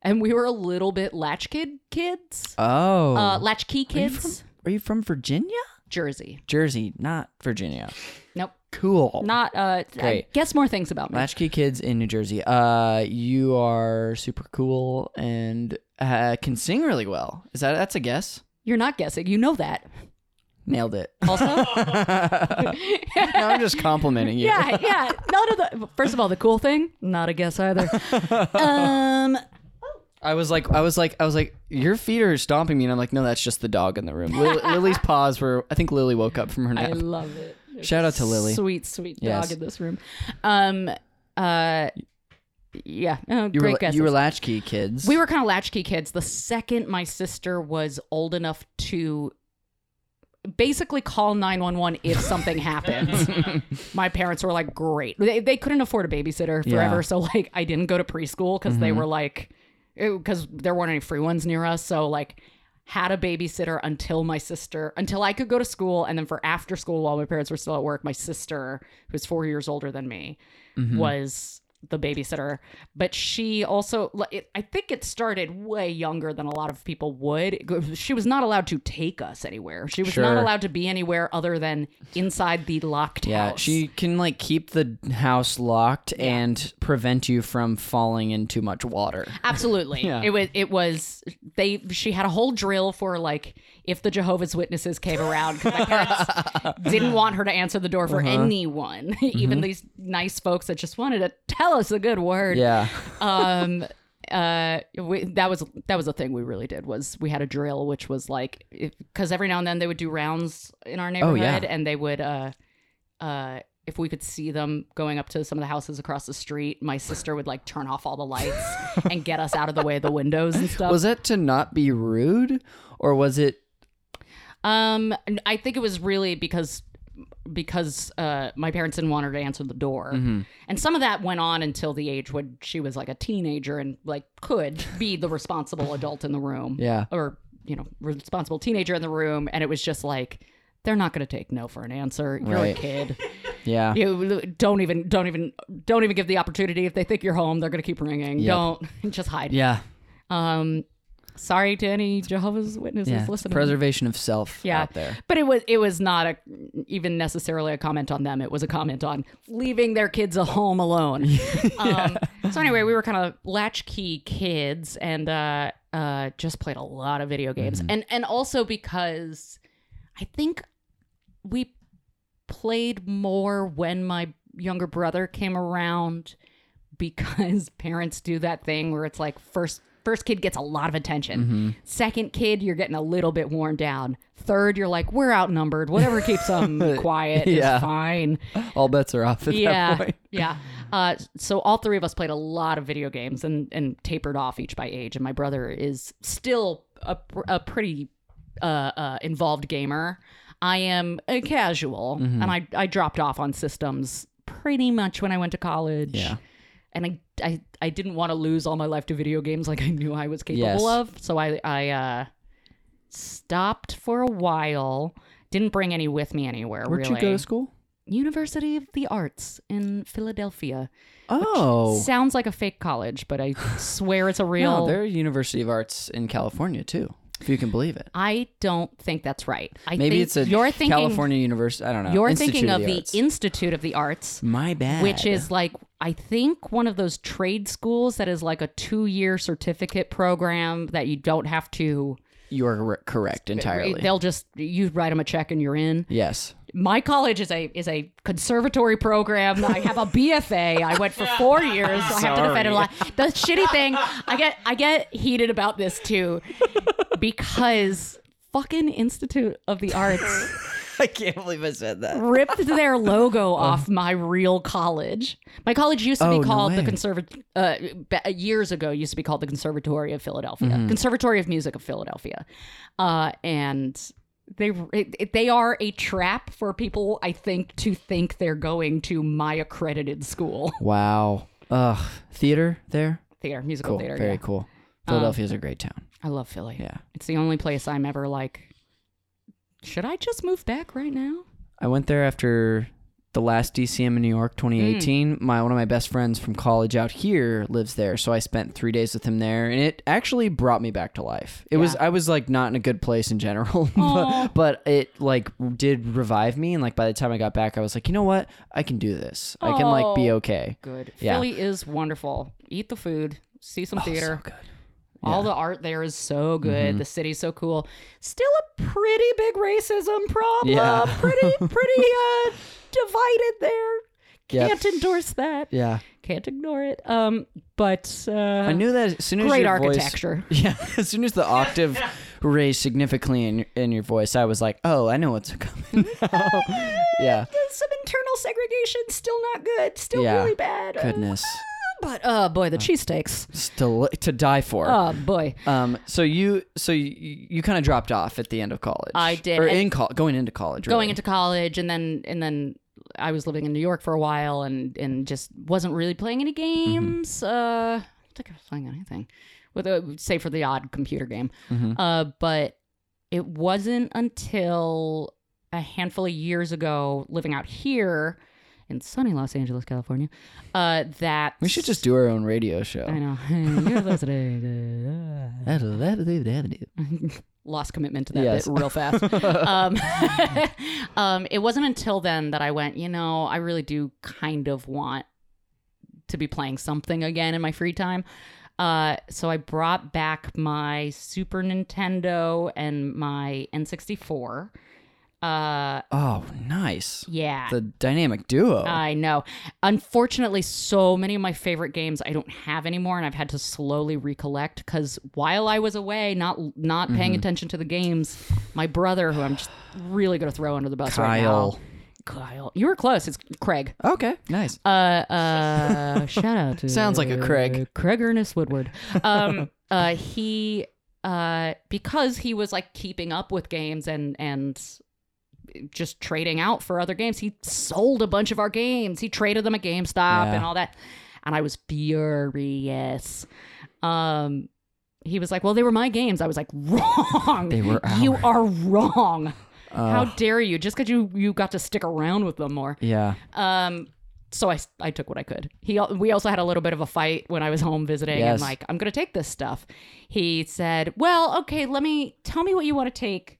[SPEAKER 2] and we were a little bit latchkid kids
[SPEAKER 1] Oh.
[SPEAKER 2] uh
[SPEAKER 1] are,
[SPEAKER 2] latchkey
[SPEAKER 1] you
[SPEAKER 2] kids
[SPEAKER 1] from, are you from Virginia?
[SPEAKER 2] jersey
[SPEAKER 1] Jersey, not Virginia.
[SPEAKER 2] nope
[SPEAKER 1] Cool.
[SPEAKER 2] not uh I
[SPEAKER 1] Great.
[SPEAKER 2] guess more things about me
[SPEAKER 1] Latchkey Kids in New Jersey. Uh, you are super cool and uh, can sing really well. Is that that's a guess?
[SPEAKER 2] you're not guessing you know that
[SPEAKER 1] Nailed it.
[SPEAKER 2] also
[SPEAKER 1] No, I'm just complimenting you.
[SPEAKER 2] yeah yeah none of the first of all the cool thing not a guess either um
[SPEAKER 1] I was like, I was like, I was like, your feet are stomping me, and I'm like, no, that's just the dog in the room. Lil- Lily's paws were. I think Lily woke up from her
[SPEAKER 2] i
[SPEAKER 1] nap.
[SPEAKER 2] love it
[SPEAKER 1] Shout out to Lily.
[SPEAKER 2] sweet sweet
[SPEAKER 1] Yes.
[SPEAKER 2] dog in this room um uh yeah oh,
[SPEAKER 1] you
[SPEAKER 2] great
[SPEAKER 1] were
[SPEAKER 2] guesses.
[SPEAKER 1] you were Latchkey Kids.
[SPEAKER 2] We were kind of latchkey kids. The second my sister was old enough to basically call 911 if something happens, my parents were like, great. They, they couldn't afford a babysitter forever.
[SPEAKER 1] Yeah. Mm-hmm.
[SPEAKER 2] So, like, I didn't go to preschool because they were like, because there weren't any free ones near us. So, like, had a babysitter until my sister, until I could go to school. And then for after school, while my parents were still at work, my sister, who's four years older than me,
[SPEAKER 1] Mm-hmm.
[SPEAKER 2] was the babysitter but she also like, it, i think it started way younger than a lot of people would It go- she was not allowed to take us anywhere she was not
[SPEAKER 1] Sure.
[SPEAKER 2] allowed to be anywhere other than inside the locked
[SPEAKER 1] Yeah,
[SPEAKER 2] house
[SPEAKER 1] she can like keep the house locked and prevent you from falling in too much water.
[SPEAKER 2] Absolutely.
[SPEAKER 1] Yeah.
[SPEAKER 2] It was it was they she had a whole drill for like if the Jehovah's Witnesses came around 'cause my parents didn't want her to answer the door for anyone, even these nice folks that just wanted to tell us a good word.
[SPEAKER 1] Yeah.
[SPEAKER 2] Um uh we, that was that was a thing we really did was we had a drill which was like cuz every now and then they would do rounds in our neighborhood
[SPEAKER 1] yeah.
[SPEAKER 2] and they would uh uh if we could see them going up to some of the houses across the street, my sister would like turn off all the lights and get us out of the way of the windows and stuff.
[SPEAKER 1] Was that to not be rude, or was it?
[SPEAKER 2] um, and I think it was really because because uh, my parents didn't want her to answer the door,
[SPEAKER 1] Mm-hmm.
[SPEAKER 2] and some of that went on until the age when she was like a teenager and like could be the responsible adult in the room.
[SPEAKER 1] Yeah.
[SPEAKER 2] or you know responsible teenager in the room and it was just like they're not going to take no for an answer you're
[SPEAKER 1] Right.
[SPEAKER 2] a kid
[SPEAKER 1] Yeah.
[SPEAKER 2] you don't even don't even don't even give the opportunity if they think you're home they're going to keep ringing don't just hide
[SPEAKER 1] Yeah.
[SPEAKER 2] um Sorry to any Jehovah's Witnesses
[SPEAKER 1] Yeah.
[SPEAKER 2] listening.
[SPEAKER 1] Preservation of self
[SPEAKER 2] Yeah.
[SPEAKER 1] out there.
[SPEAKER 2] But it was it was not a even necessarily a comment on them. It was a comment on leaving their kids at home alone. um, so anyway, we were kind of latchkey kids and uh, uh, just played a lot of video games, and and also because I think we played more when my younger brother came around because parents do that thing where it's like first first kid gets a lot of attention second kid you're getting a little bit worn down third you're like we're outnumbered whatever keeps them quiet
[SPEAKER 1] Yeah.
[SPEAKER 2] is fine
[SPEAKER 1] All bets are off at
[SPEAKER 2] yeah
[SPEAKER 1] that point.
[SPEAKER 2] yeah uh, so all three of us played a lot of video games and and tapered off each by age and my brother is still a, pr- a pretty uh, uh, involved gamer i am a casual
[SPEAKER 1] Mm-hmm.
[SPEAKER 2] and I, I dropped off on systems pretty much when i went to college
[SPEAKER 1] Yeah.
[SPEAKER 2] and I, I, I didn't want to lose all my life to video games like I knew I was capable
[SPEAKER 1] Yes.
[SPEAKER 2] of. So I, I uh, stopped for a while. Didn't bring any with me anywhere.
[SPEAKER 1] Where'd
[SPEAKER 2] really.
[SPEAKER 1] you go to school?
[SPEAKER 2] University of the Arts in Philadelphia.
[SPEAKER 1] Oh.
[SPEAKER 2] Sounds like a fake college, but I swear it's a
[SPEAKER 1] No,
[SPEAKER 2] real.
[SPEAKER 1] they're University of Arts in California too, if you can believe it.
[SPEAKER 2] I don't think that's right. I
[SPEAKER 1] Maybe
[SPEAKER 2] think
[SPEAKER 1] it's a
[SPEAKER 2] you're thinking,
[SPEAKER 1] California University. I don't know.
[SPEAKER 2] You're
[SPEAKER 1] Institute
[SPEAKER 2] thinking of
[SPEAKER 1] the,
[SPEAKER 2] the
[SPEAKER 1] Arts.
[SPEAKER 2] Institute of the Arts.
[SPEAKER 1] My bad.
[SPEAKER 2] which is like I think one of those trade schools that is like a two-year certificate program that you don't have to.
[SPEAKER 1] you're re- correct entirely.
[SPEAKER 2] They'll just you write them a check and you're in.
[SPEAKER 1] yes.
[SPEAKER 2] My college is a is a conservatory program. I have a BFA. I went for four years. So I have to defend it a lot. The shitty thing I get I get heated about this too because fucking Institute of the Arts
[SPEAKER 1] I can't believe I said that.
[SPEAKER 2] ripped their logo off my real college. My college used to
[SPEAKER 1] Oh,
[SPEAKER 2] be
[SPEAKER 1] no
[SPEAKER 2] called the
[SPEAKER 1] way.
[SPEAKER 2] Conservat uh, ba- years ago used to be called the Conservatory of Philadelphia,
[SPEAKER 1] Mm-hmm.
[SPEAKER 2] Conservatory of Music of Philadelphia, uh, and they it, it- they are a trap for people. I think to think they're going to my accredited school,
[SPEAKER 1] Wow. Ugh. Theater there?
[SPEAKER 2] theater, musical
[SPEAKER 1] Cool.
[SPEAKER 2] theater.
[SPEAKER 1] Very
[SPEAKER 2] yeah. Um,
[SPEAKER 1] cool. Philadelphia's a great town.
[SPEAKER 2] I love Philly.
[SPEAKER 1] Yeah.
[SPEAKER 2] It's the only place I'm ever like. Should I just move back right now?
[SPEAKER 1] I went there after the last DCM in New York 2018.
[SPEAKER 2] Mm.
[SPEAKER 1] My one of my best friends from college out here lives there, so I spent 3 days with him there and it actually brought me back to life. It was
[SPEAKER 2] Yeah.
[SPEAKER 1] I was like not in a good place in general, but, but it like did revive me and like by the time I got back I was like, "You know what? I can do this. I can like be
[SPEAKER 2] Oh.
[SPEAKER 1] okay."
[SPEAKER 2] Good.
[SPEAKER 1] Yeah. Oh,
[SPEAKER 2] Philly is wonderful. Eat the food, see some theater.
[SPEAKER 1] So good. Mm-hmm.
[SPEAKER 2] All the art there is so good. The city's so cool. Still a pretty big racism problem.
[SPEAKER 1] Yeah.
[SPEAKER 2] pretty, pretty uh, divided there.
[SPEAKER 1] Yep.
[SPEAKER 2] Can't endorse that.
[SPEAKER 1] Yeah.
[SPEAKER 2] Can't ignore it. Um, but uh,
[SPEAKER 1] I knew that as soon as
[SPEAKER 2] great
[SPEAKER 1] your voice-
[SPEAKER 2] architecture.
[SPEAKER 1] yeah, as soon as the octave raised significantly in your, in your voice, I was like, "Oh, I know what's coming." now." yeah.
[SPEAKER 2] some internal segregation still not good. Still
[SPEAKER 1] Yeah.
[SPEAKER 2] really bad. Uh,
[SPEAKER 1] Goodness.
[SPEAKER 2] But uh, boy, the cheesesteaks.
[SPEAKER 1] Still to die for.
[SPEAKER 2] Oh boy.
[SPEAKER 1] um so you so you, you kind of dropped off at the end of college.
[SPEAKER 2] I did,
[SPEAKER 1] Or
[SPEAKER 2] and-
[SPEAKER 1] in col- going into college. Really.
[SPEAKER 2] going into college and then and then I was living in New York for a while and and just wasn't really playing any games. Uh, I don't think I was playing anything, with a, save for the odd computer game. Uh, but it wasn't until a handful of years ago, living out here in sunny Los Angeles, California, uh, that
[SPEAKER 1] we should just do our own radio show.
[SPEAKER 2] I know University.
[SPEAKER 1] That'll- that'll do, that'll do.
[SPEAKER 2] lost commitment to that
[SPEAKER 1] Yes.
[SPEAKER 2] bit real fast. um, um, it wasn't until then that I went, you know, I really do kind of want to be playing something again in my free time. Uh, so I brought back my Super Nintendo and my N64. Uh,
[SPEAKER 1] Oh, nice.
[SPEAKER 2] yeah.
[SPEAKER 1] The dynamic duo.
[SPEAKER 2] I know. Unfortunately, so many of my favorite games I don't have anymore, and I've had to slowly recollect because while I was away, not not paying attention to the games, my brother, who I'm just really gonna throw under the bus right now,
[SPEAKER 1] Kyle.
[SPEAKER 2] Kyle, you were close. It's Craig.
[SPEAKER 1] okay, nice.
[SPEAKER 2] Uh, uh, shout out to
[SPEAKER 1] Sounds like a Craig.
[SPEAKER 2] Craig Ernest Woodward. Um, uh, he uh, because he was like keeping up with games and and just trading out for other games. He sold a bunch of our games. He traded them at GameStop
[SPEAKER 1] Yeah.
[SPEAKER 2] and all that, and I was furious. Um, he was like, "Well, they were my games." I was like, "Wrong.
[SPEAKER 1] They were
[SPEAKER 2] You
[SPEAKER 1] ours."
[SPEAKER 2] are wrong. How
[SPEAKER 1] Ugh.
[SPEAKER 2] dare you? Just because you you got to stick around with them more."
[SPEAKER 1] yeah.
[SPEAKER 2] Um, so I, s- I took what I could. He al- we also had a little bit of a fight when I was home visiting.
[SPEAKER 1] Yes.
[SPEAKER 2] and like, I'm gonna take this stuff. He said, "Well, okay, let me tell me what you want to take.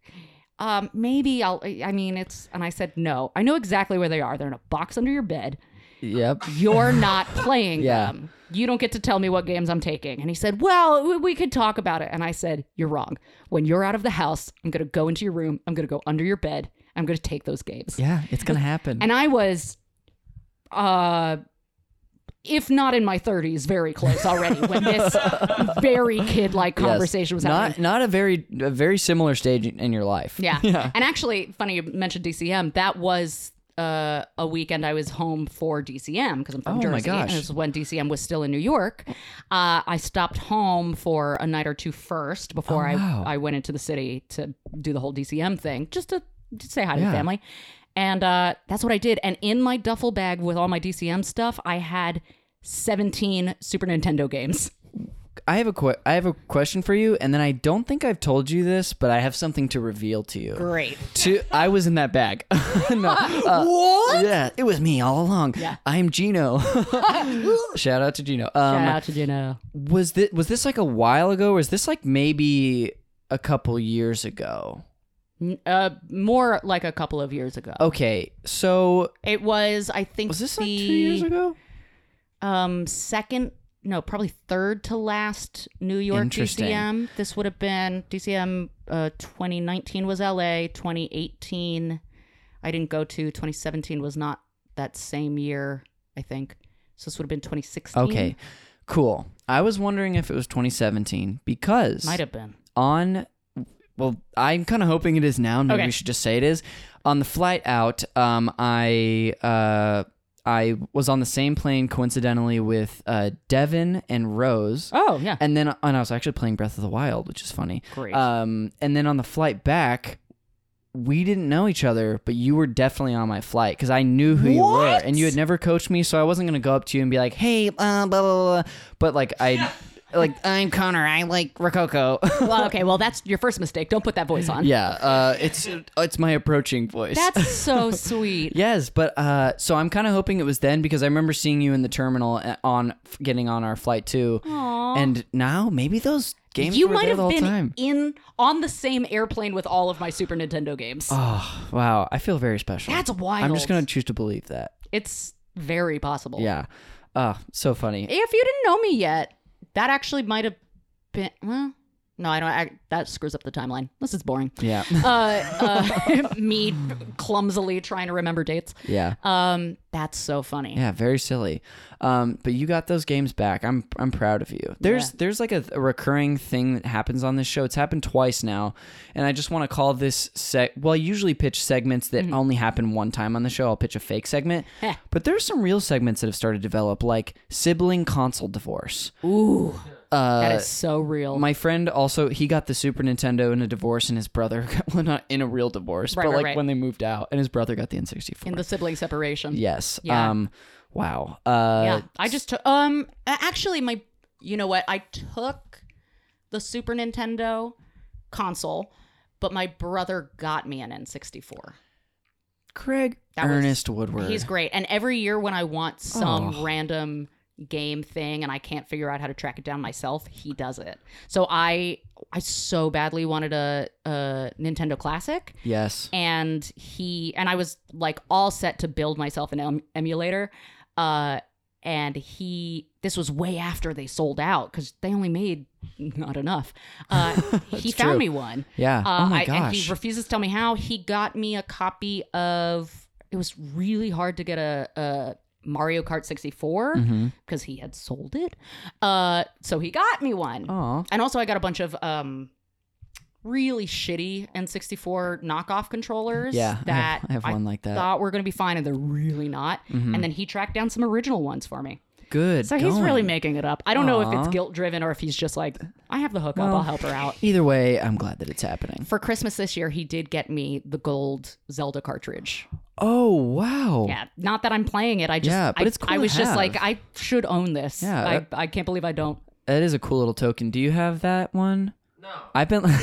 [SPEAKER 2] Um, maybe I'll. I mean, it's." And I said, "No, I know exactly where they are. They're in a box under your bed.
[SPEAKER 1] Yep.
[SPEAKER 2] You're not playing
[SPEAKER 1] Yeah.
[SPEAKER 2] them. You don't get to tell me what games I'm taking." And he said, "Well, we, we could talk about it." And I said, "You're wrong. When you're out of the house, I'm gonna go into your room. I'm gonna go under your bed. I'm gonna take those games."
[SPEAKER 1] Yeah, it's gonna happen.
[SPEAKER 2] and I was, uh, if not in my 30s, very close already when this very kid-like
[SPEAKER 1] Yes.
[SPEAKER 2] conversation was
[SPEAKER 1] not
[SPEAKER 2] happening.
[SPEAKER 1] not a very a very similar stage in in your life.
[SPEAKER 2] Yeah. And actually, funny you mentioned DCM. That was uh, a weekend I was home for DCM because I'm from
[SPEAKER 1] Oh
[SPEAKER 2] Jersey.
[SPEAKER 1] my gosh.
[SPEAKER 2] And this was when DCM was still in New York. Uh, I stopped home for a night or two first before
[SPEAKER 1] Oh, wow.
[SPEAKER 2] I, I went into the city to do the whole DCM thing, just to, to say hi to
[SPEAKER 1] Yeah.
[SPEAKER 2] the family. And uh, that's what I did. And in my duffel bag with all my DCM stuff, I had 17 Super Nintendo games.
[SPEAKER 1] I have a que- I have a question for you, and then I don't think I've told you this, but I have something to reveal to you.
[SPEAKER 2] Great.
[SPEAKER 1] To I was in that bag. no, uh, what? Yeah, it was me all along.
[SPEAKER 2] Yeah.
[SPEAKER 1] I'm Gino. Shout out to Gino. Um,
[SPEAKER 2] Shout out to Gino.
[SPEAKER 1] Was this was this like a while ago, or is this like maybe a couple years ago?
[SPEAKER 2] N- Uh, more like a couple of years ago.
[SPEAKER 1] Okay, so
[SPEAKER 2] It was, I think,
[SPEAKER 1] was this
[SPEAKER 2] the
[SPEAKER 1] like two years ago?
[SPEAKER 2] um second, no, probably third to last New York
[SPEAKER 1] Interesting.
[SPEAKER 2] DCM. This would have been DCM. Uh, 2019 was LA. 2018, I didn't go to. 2017 was not that same year, I think. So this would have been 2016.
[SPEAKER 1] Okay, cool. I was wondering if it was 2017 because
[SPEAKER 2] might have been.
[SPEAKER 1] on well i'm kind of hoping it is now and maybe
[SPEAKER 2] Okay.
[SPEAKER 1] we should just say it is on the flight out um i uh i was on the same plane coincidentally with uh devin and rose
[SPEAKER 2] Oh yeah,
[SPEAKER 1] and then and i was actually playing breath of the wild which is funny
[SPEAKER 2] great.
[SPEAKER 1] um and then on the flight back we didn't know each other, but you were definitely on my flight because I knew who you were,
[SPEAKER 2] What?
[SPEAKER 1] and you had never coached me, so I wasn't gonna go up to you and be like, "Hey, uh, blah blah blah," blah." but like I, like I'm Connor, I like Rococo.
[SPEAKER 2] well, okay. Well, that's your first mistake. Don't put that voice on.
[SPEAKER 1] Yeah, uh, it's it's my approaching voice.
[SPEAKER 2] That's so sweet.
[SPEAKER 1] yes, but uh, so I'm kind of hoping it was then because I remember seeing you in the terminal a- on getting on our flight too,
[SPEAKER 2] Aw.
[SPEAKER 1] and now maybe those games
[SPEAKER 2] you
[SPEAKER 1] were
[SPEAKER 2] might
[SPEAKER 1] there
[SPEAKER 2] have
[SPEAKER 1] the whole
[SPEAKER 2] been
[SPEAKER 1] time.
[SPEAKER 2] in on the same airplane with all of my Super Nintendo games.
[SPEAKER 1] Oh wow, I feel very special.
[SPEAKER 2] That's wild.
[SPEAKER 1] I'm just gonna choose to believe that.
[SPEAKER 2] It's very possible.
[SPEAKER 1] Yeah, uh, so funny.
[SPEAKER 2] If you didn't know me yet, that actually might have been. Well, no, I don't. I, that screws up the timeline. This is boring.
[SPEAKER 1] Yeah,
[SPEAKER 2] Uh, uh, me clumsily trying to remember dates.
[SPEAKER 1] yeah,
[SPEAKER 2] Um, that's so funny.
[SPEAKER 1] yeah. Very silly. Um, but you got those games back. I'm I'm proud of you. There's
[SPEAKER 2] Yeah.
[SPEAKER 1] there's like a, a recurring thing that happens on this show. It's happened twice now, and I just want to call this seg. Well, I usually pitch segments that
[SPEAKER 2] Mm.
[SPEAKER 1] only happen one time on the show. I'll pitch a fake segment,
[SPEAKER 2] Heh.
[SPEAKER 1] but there's some real segments that have started to develop, like sibling console divorce.
[SPEAKER 2] Ooh,
[SPEAKER 1] Uh,
[SPEAKER 2] that is so real.
[SPEAKER 1] my friend also he got the Super Nintendo in a divorce, and his brother got, well not in a real divorce,
[SPEAKER 2] Right,
[SPEAKER 1] but
[SPEAKER 2] right,
[SPEAKER 1] like
[SPEAKER 2] right.
[SPEAKER 1] when they moved out, and his brother got the N64.
[SPEAKER 2] in the sibling separation.
[SPEAKER 1] yes.
[SPEAKER 2] Yeah.
[SPEAKER 1] Um. Wow. Uh,
[SPEAKER 2] yeah. I just took. Um. a- Actually, my. You know what? I took the Super Nintendo console, but my brother got me an N64.
[SPEAKER 1] Craig
[SPEAKER 2] That was-
[SPEAKER 1] Ernest Woodward.
[SPEAKER 2] He's great. And every year when I want some
[SPEAKER 1] Oh.
[SPEAKER 2] random game thing and I can't figure out how to track it down myself, he does it. So I I so badly wanted a, a Nintendo Classic
[SPEAKER 1] yes.
[SPEAKER 2] and he and I was like all set to build myself an em- emulator. Uh and he this was way after they sold out cuz they only made not enough. Uh he
[SPEAKER 1] That's
[SPEAKER 2] found
[SPEAKER 1] true.
[SPEAKER 2] me one.
[SPEAKER 1] Yeah.
[SPEAKER 2] Uh,
[SPEAKER 1] oh my
[SPEAKER 2] I- and
[SPEAKER 1] gosh.
[SPEAKER 2] he refuses to tell me how. He got me a copy of. It was really hard to get a, a Mario Kart 64
[SPEAKER 1] Mhm.
[SPEAKER 2] because he had sold it. Uh, so he got me one.
[SPEAKER 1] Aw.
[SPEAKER 2] And also, I got a bunch of um, really shitty N64 knockoff controllers
[SPEAKER 1] Yeah. I
[SPEAKER 2] that
[SPEAKER 1] have- I have, one like that.
[SPEAKER 2] thought were going to be fine, and they're really not.
[SPEAKER 1] Mhm.
[SPEAKER 2] And then he tracked down some original ones for me.
[SPEAKER 1] Good.
[SPEAKER 2] So he's really
[SPEAKER 1] going.
[SPEAKER 2] making it up. I don't know if it's
[SPEAKER 1] Aw.
[SPEAKER 2] guilt driven or if he's just like, I have the hookup,
[SPEAKER 1] Well,
[SPEAKER 2] I'll help her out
[SPEAKER 1] Either way, I'm glad that it's happening.
[SPEAKER 2] for Christmas this year, he did get me the gold Zelda cartridge.
[SPEAKER 1] Oh wow.
[SPEAKER 2] Yeah, not that I'm playing it. I just,
[SPEAKER 1] Yeah, but
[SPEAKER 2] I,
[SPEAKER 1] it's cool
[SPEAKER 2] I
[SPEAKER 1] to
[SPEAKER 2] was just
[SPEAKER 1] have.
[SPEAKER 2] like, I should own this.
[SPEAKER 1] Yeah,
[SPEAKER 2] I,
[SPEAKER 1] that-
[SPEAKER 2] I can't believe I don't.
[SPEAKER 1] That is a cool little token. Do you have that one?
[SPEAKER 3] No.
[SPEAKER 1] I've been. I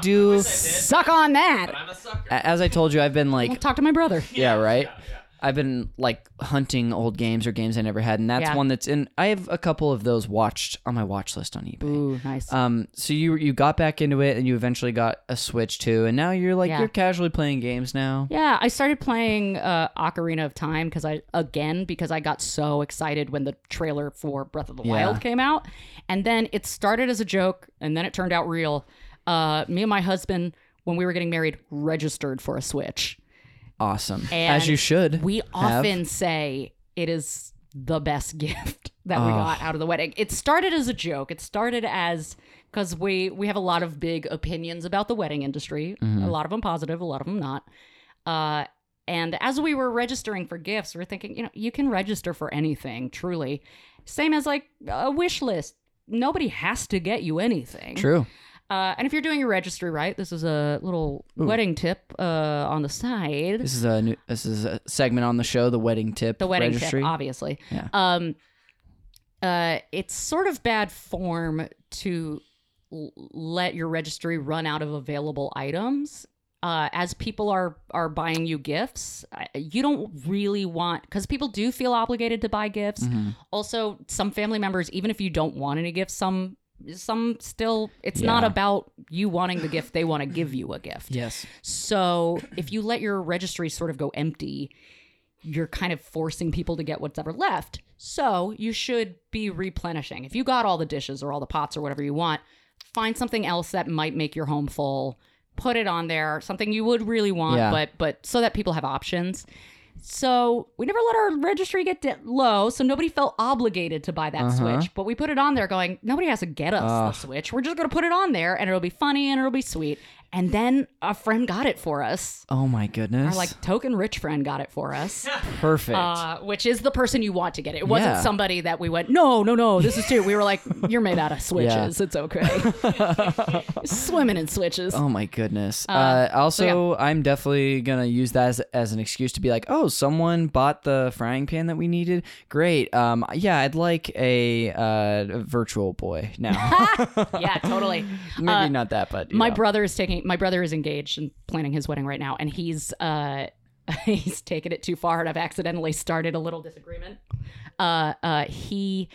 [SPEAKER 1] do.
[SPEAKER 3] I did,
[SPEAKER 2] Suck on
[SPEAKER 3] but
[SPEAKER 2] that.
[SPEAKER 3] I'm a sucker.
[SPEAKER 1] As I told you, I've been like
[SPEAKER 2] Talk to my brother.
[SPEAKER 1] Yeah, right. I've been like hunting old games or games I never had, and that's
[SPEAKER 2] Yeah.
[SPEAKER 1] one that's in. I have a couple of those watched on my watch list on eBay.
[SPEAKER 2] Ooh, nice.
[SPEAKER 1] Um, so you you got back into it, and you eventually got a Switch too, and now you're like
[SPEAKER 2] Yeah.
[SPEAKER 1] you're casually playing games now.
[SPEAKER 2] yeah, I started playing uh, Ocarina of Time because I again because I got so excited when the trailer for Breath of the
[SPEAKER 1] Yeah.
[SPEAKER 2] Wild came out, and then it started as a joke and then it turned out real. Uh, me and my husband, when we were getting married, registered for a Switch.
[SPEAKER 1] Awesome,
[SPEAKER 2] And
[SPEAKER 1] as you should.
[SPEAKER 2] We
[SPEAKER 1] have.
[SPEAKER 2] often say it is the best gift that we
[SPEAKER 1] Oh.
[SPEAKER 2] got out of the wedding. It started as a joke. It started as because we we have a lot of big opinions about the wedding industry.
[SPEAKER 1] Mm-hmm.
[SPEAKER 2] A lot of them positive, a lot of them not. Uh, and as we were registering for gifts, we are thinking, you know, you can register for anything. Truly, same as like a wish list. Nobody has to get you anything.
[SPEAKER 1] True.
[SPEAKER 2] Uh, and if you're doing your registry right, this is a little wedding tip uh, on the side.
[SPEAKER 1] This is a new, this is a segment on the show, the wedding tip.
[SPEAKER 2] the wedding
[SPEAKER 1] registry.
[SPEAKER 2] tip, obviously.
[SPEAKER 1] Yeah.
[SPEAKER 2] Um, uh, it's sort of bad form to l- let your registry run out of available items. Uh, as people are are buying you gifts, I- you don't really want because people do feel obligated to buy gifts.
[SPEAKER 1] Mm-hmm.
[SPEAKER 2] Also, some family members, even if you don't want any gifts, some some still it's not
[SPEAKER 1] Yeah.
[SPEAKER 2] about you wanting the gift; they want to give you a gift.
[SPEAKER 1] Yes.
[SPEAKER 2] So if you let your registry sort of go empty, you're kind of forcing people to get what's ever left. So you should be replenishing. If you got all the dishes or all the pots or whatever you want, find something else that might make your home full. Put it on there, something you would really want,
[SPEAKER 1] Yeah.
[SPEAKER 2] but but so that people have options. So we never let our registry get di- low, so nobody felt obligated to buy that
[SPEAKER 1] Uh-huh.
[SPEAKER 2] Switch. But we put it on there, going, nobody has to get us the Switch. We're just gonna put it on there, and it'll be funny and it'll be sweet. And then a friend got it for us.
[SPEAKER 1] Oh my goodness.
[SPEAKER 2] Our like token rich friend got it for us,
[SPEAKER 1] perfect.
[SPEAKER 2] uh, which is the person you want to get it. It wasn't
[SPEAKER 1] Yeah.
[SPEAKER 2] somebody that we went, no, no, no, this is too. We were like, you're made out of switches. It's okay. Swimming in switches.
[SPEAKER 1] Oh my goodness. Uh, also, I'm definitely going to use that as, as an excuse to be like, oh, someone bought the frying pan that we needed. Great. Um, yeah, I'd like a, uh, a virtual boy now.
[SPEAKER 2] Yeah, totally.
[SPEAKER 1] Maybe not that, but you
[SPEAKER 2] my
[SPEAKER 1] know.
[SPEAKER 2] brother is taking my brother is engaged and planning his wedding right now and he's uh he's taken it too far and i've accidentally started a little disagreement uh uh he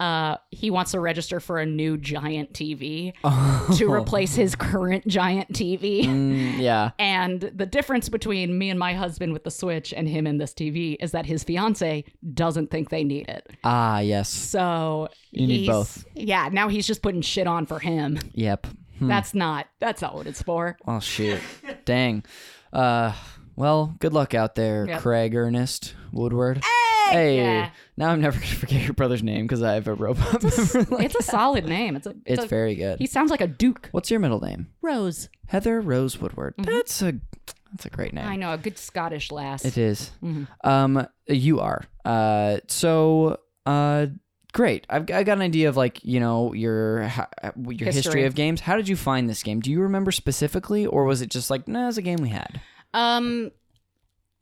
[SPEAKER 2] uh he wants to register for a new giant tv
[SPEAKER 1] Oh.
[SPEAKER 2] to replace his current giant tv
[SPEAKER 1] Mm, yeah.
[SPEAKER 2] and the difference between me and my husband with the switch and him and this tv is that his fiance doesn't think they need it
[SPEAKER 1] Ah, yes.
[SPEAKER 2] so
[SPEAKER 1] You need
[SPEAKER 2] he's-
[SPEAKER 1] both.
[SPEAKER 2] yeah now he's just putting shit on for him
[SPEAKER 1] Yep. Hmm.
[SPEAKER 2] that's not that's not what it's for
[SPEAKER 1] Oh, shoot. Dang. Uh, well, good luck out there,
[SPEAKER 2] Yep.
[SPEAKER 1] Craig Ernest Woodward. Hey!
[SPEAKER 2] Yeah.
[SPEAKER 1] Now I'm never going to forget your brother's name because I have a robot memory. like-
[SPEAKER 2] it's a solid name. It's a.
[SPEAKER 1] it's
[SPEAKER 2] a-
[SPEAKER 1] very good.
[SPEAKER 2] He sounds like a duke.
[SPEAKER 1] What's your middle name?
[SPEAKER 2] Rose.
[SPEAKER 1] Heather Rose Woodward. That's a that's a great name.
[SPEAKER 2] Mm-hmm. I know Mm-hmm. a good Scottish lass.
[SPEAKER 1] It is. Um, you are. Uh, so uh, great. I've I got an idea of like you know your ha- your history.
[SPEAKER 2] History.
[SPEAKER 1] of games. How did you find this game? Do you remember specifically, or was it just like nah, it's a game we had?
[SPEAKER 2] Um,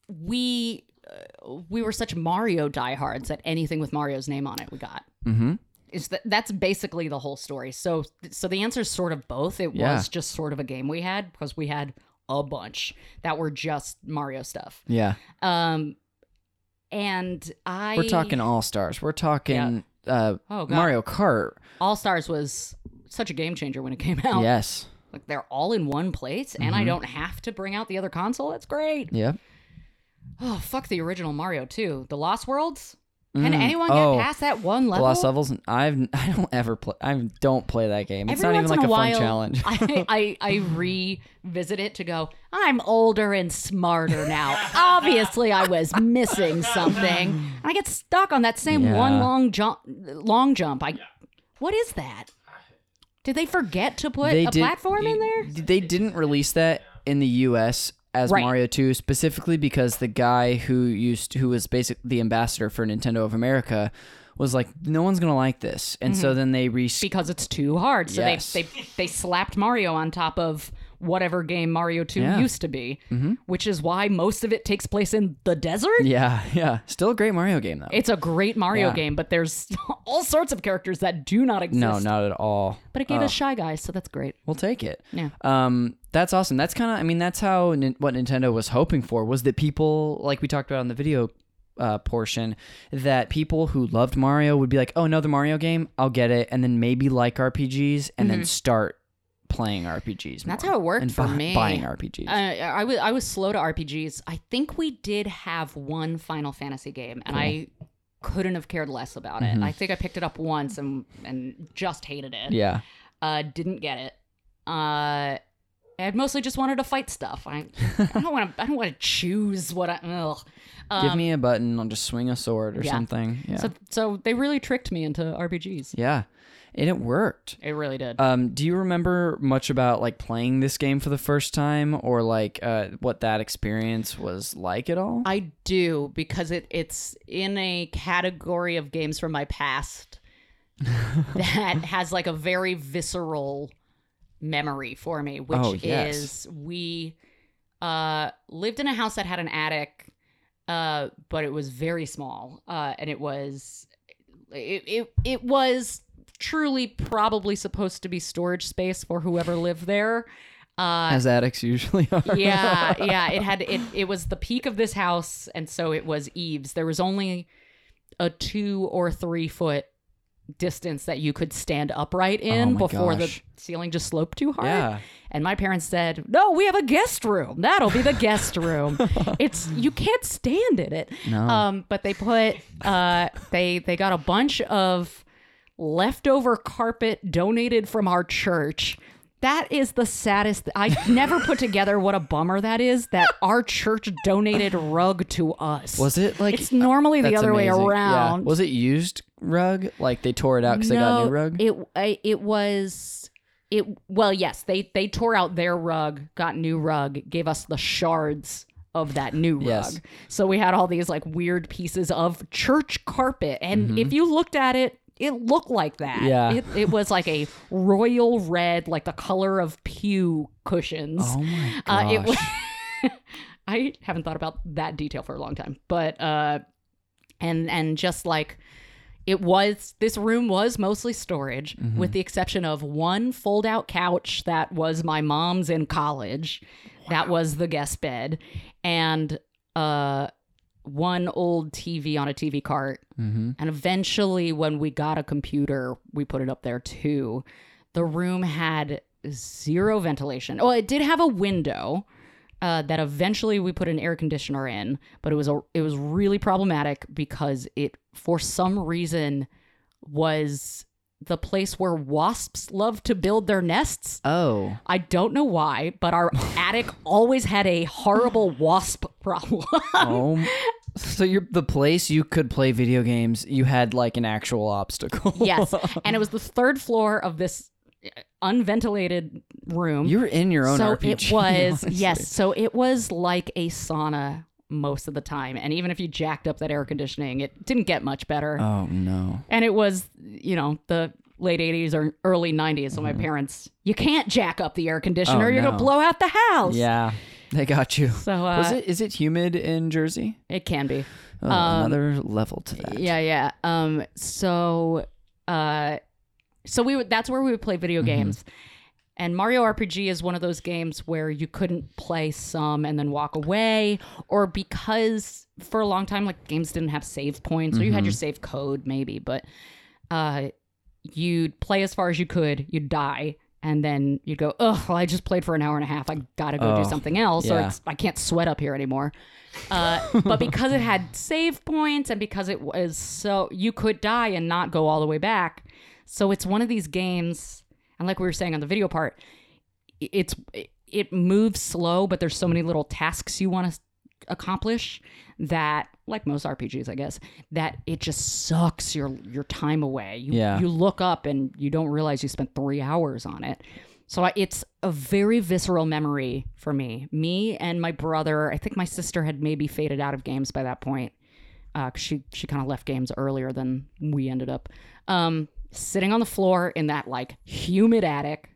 [SPEAKER 2] we uh, we were such Mario diehards that anything with Mario's name on it we got.
[SPEAKER 1] Mm-hmm.
[SPEAKER 2] Is that that's basically the whole story. So so the answer is sort of both. It
[SPEAKER 1] Yeah.
[SPEAKER 2] was just sort of a game we had because we had a bunch that were just Mario stuff.
[SPEAKER 1] Yeah,
[SPEAKER 2] Um, and I
[SPEAKER 1] we're talking all stars. We're talking uh,
[SPEAKER 2] Oh, God.
[SPEAKER 1] Mario Kart.
[SPEAKER 2] All Stars was such a game changer when it came out.
[SPEAKER 1] Yes.
[SPEAKER 2] Like they're all in one place, and
[SPEAKER 1] Mm-hmm.
[SPEAKER 2] I don't have to bring out the other console. That's great.
[SPEAKER 1] Yep.
[SPEAKER 2] Oh fuck the original Mario too. The Lost Worlds. Can
[SPEAKER 1] Mm.
[SPEAKER 2] anyone get
[SPEAKER 1] Oh,
[SPEAKER 2] past that one
[SPEAKER 1] The
[SPEAKER 2] level?
[SPEAKER 1] Lost levels. I've I don't ever play. I don't play that game. It's
[SPEAKER 2] Every
[SPEAKER 1] not even
[SPEAKER 2] once
[SPEAKER 1] like
[SPEAKER 2] in
[SPEAKER 1] a,
[SPEAKER 2] a,
[SPEAKER 1] fun
[SPEAKER 2] while,
[SPEAKER 1] challenge.
[SPEAKER 2] I, I I revisit it to go. I'm older and smarter now. Obviously, I was missing something, and I get stuck on that same one
[SPEAKER 1] Yeah.
[SPEAKER 2] long jump. Long jump. I. What is that? Did they forget to put a
[SPEAKER 1] did-
[SPEAKER 2] platform in there?
[SPEAKER 1] They didn't release that in the U.S. as
[SPEAKER 2] Right.
[SPEAKER 1] Mario 2 specifically because the guy who used who was basically the ambassador for Nintendo of America was like, no one's gonna like
[SPEAKER 2] Mm-hmm.
[SPEAKER 1] this, and so then they re
[SPEAKER 2] because it's too hard. So
[SPEAKER 1] Yes.
[SPEAKER 2] they they they slapped Mario on top of whatever game Mario 2
[SPEAKER 1] Yeah. Mm-hmm.
[SPEAKER 2] used to be, which is why most of it takes place in the desert.
[SPEAKER 1] Yeah, yeah. Still a great Mario game though.
[SPEAKER 2] It's a great Mario
[SPEAKER 1] Yeah.
[SPEAKER 2] game, but there's all sorts of characters that do not exist.
[SPEAKER 1] no, Oh. not at all.
[SPEAKER 2] But it gave us Shy Guys, so that's great.
[SPEAKER 1] We'll take it.
[SPEAKER 2] Yeah.
[SPEAKER 1] Um, that's awesome. That's kind of, I mean, that's how nin- what Nintendo was hoping for was that people, like we talked about in the video uh, portion, that people who loved Mario would be like, oh, another Mario game, I'll get it, and then maybe like RPGs, and then start playing RPGs.
[SPEAKER 2] Mm-hmm. That's
[SPEAKER 1] more
[SPEAKER 2] how it worked
[SPEAKER 1] and
[SPEAKER 2] for
[SPEAKER 1] bu-
[SPEAKER 2] me.
[SPEAKER 1] Buying RPGs.
[SPEAKER 2] Uh, I was I was slow to RPGs. I think we did have one Final Fantasy game, and I couldn't have cared less about
[SPEAKER 1] Mm-hmm.
[SPEAKER 2] it. I think I picked it up once and and just hated it.
[SPEAKER 1] yeah.
[SPEAKER 2] Uh, didn't get it. Uh, I mostly just wanted to fight stuff. I I don't want to I don't want to choose what I. Ugh. Um,
[SPEAKER 1] Give me a button, I'll just swing a sword or
[SPEAKER 2] yeah.
[SPEAKER 1] something. Yeah.
[SPEAKER 2] so so they really tricked me into RPGs.
[SPEAKER 1] yeah. And it worked.
[SPEAKER 2] It really did.
[SPEAKER 1] Um, do you remember much about like playing this game for the first time or like uh, what that experience was like at all?
[SPEAKER 2] I do because it it's in a category of games from my past that has like a very visceral memory for me, which
[SPEAKER 1] Oh, yes.
[SPEAKER 2] is we uh lived in a house that had an attic, uh, but it was very small. Uh and it was it it, it was truly probably supposed to be storage space for whoever lived there. Uh
[SPEAKER 1] as addicts usually are.
[SPEAKER 2] yeah yeah it had it it was the peak of this house and so it was eaves there was only a two or three foot distance that you could stand upright in
[SPEAKER 1] Oh my
[SPEAKER 2] before
[SPEAKER 1] gosh.
[SPEAKER 2] the ceiling just sloped too hard
[SPEAKER 1] Yeah.
[SPEAKER 2] and my parents said no we have a guest room that'll be the guest room it's you can't stand in it
[SPEAKER 1] No.
[SPEAKER 2] um but they put uh they they got a bunch of leftover carpet donated from our church. That is the saddest. I never put together what a bummer that is that our church donated rug to us.
[SPEAKER 1] was it like
[SPEAKER 2] It's normally the
[SPEAKER 1] that's
[SPEAKER 2] other way
[SPEAKER 1] amazing. Yeah.
[SPEAKER 2] around.
[SPEAKER 1] Was it used rug? Like they tore it out because they got a new rug?
[SPEAKER 2] It I- it was it well yes they they tore out their rug, got new rug, gave us the shards of that new rug.
[SPEAKER 1] Yes.
[SPEAKER 2] So we had all these like weird pieces of church carpet, and if you looked at it. It looked like that.
[SPEAKER 1] Mm-hmm. Yeah.
[SPEAKER 2] It, it was like a royal red, like the color of pew cushions.
[SPEAKER 1] oh my
[SPEAKER 2] Uh,
[SPEAKER 1] gosh.
[SPEAKER 2] it was. I haven't thought about that detail for a long time, but uh, and and just like it was, this room was mostly storage, with the exception of one fold-out couch that was my mom's in college. That was the guest bed, and uh, one old TV on a TV cart.
[SPEAKER 1] mm-hmm.
[SPEAKER 2] And eventually, when we got a computer, we put it up there too. The room had zero ventilation. Oh, it did have a window uh, that eventually we put an air conditioner in, but it was a, it was really problematic because it for some reason was the place where wasps love to build their nests.
[SPEAKER 1] Oh.
[SPEAKER 2] I don't know why, but our attic always had a horrible wasp problem.
[SPEAKER 1] Oh. so you're the place you could play video games, you had like an actual obstacle.
[SPEAKER 2] yes. And it was the third floor of this uh, unventilated room.
[SPEAKER 1] you were in your own
[SPEAKER 2] so
[SPEAKER 1] RPG.
[SPEAKER 2] it was
[SPEAKER 1] honestly.
[SPEAKER 2] yes, so it was like a sauna most of the time. And even if you jacked up that air conditioning, it didn't get much better.
[SPEAKER 1] Oh no.
[SPEAKER 2] and it was, you know, the late 80s or early 90s so my parents you can't jack up the air conditioner
[SPEAKER 1] Mm-hmm. Oh,
[SPEAKER 2] you're
[SPEAKER 1] no.
[SPEAKER 2] gonna blow out the house
[SPEAKER 1] Yeah. They got you.
[SPEAKER 2] so uh,
[SPEAKER 1] was it is it humid in Jersey?
[SPEAKER 2] it can be
[SPEAKER 1] Oh,
[SPEAKER 2] Um,
[SPEAKER 1] another level to that.
[SPEAKER 2] Yeah, yeah. Um, so, uh, so we would, that's where we would play video games. And Mario RPG is one of those games where you couldn't play some and then walk away, or because for a long time, like games didn't have save points, or you had your save code maybe, but uh, you'd play as far as you could, you'd die, and then you'd go, oh, well, I just played for an hour and a half. I gotta go
[SPEAKER 1] Oh,
[SPEAKER 2] do something else, or
[SPEAKER 1] yeah.
[SPEAKER 2] it's, I can't sweat up here anymore. Uh, but because it had save points, and because it was so, you could die and not go all the way back. So it's one of these games, and like we were saying on the video part, i- it's it moves slow, but there's so many little tasks you want to accomplish that like most RPGs I guess that it just sucks your your time away. You
[SPEAKER 1] Yeah.
[SPEAKER 2] you look up and you don't realize you spent 3 hours on it. So I, it's a very visceral memory for me. Me and my brother, I think my sister had maybe faded out of games by that point. Uh, 'cause she she kind of left games earlier than we ended up. Um, sitting on the floor in that like humid attic,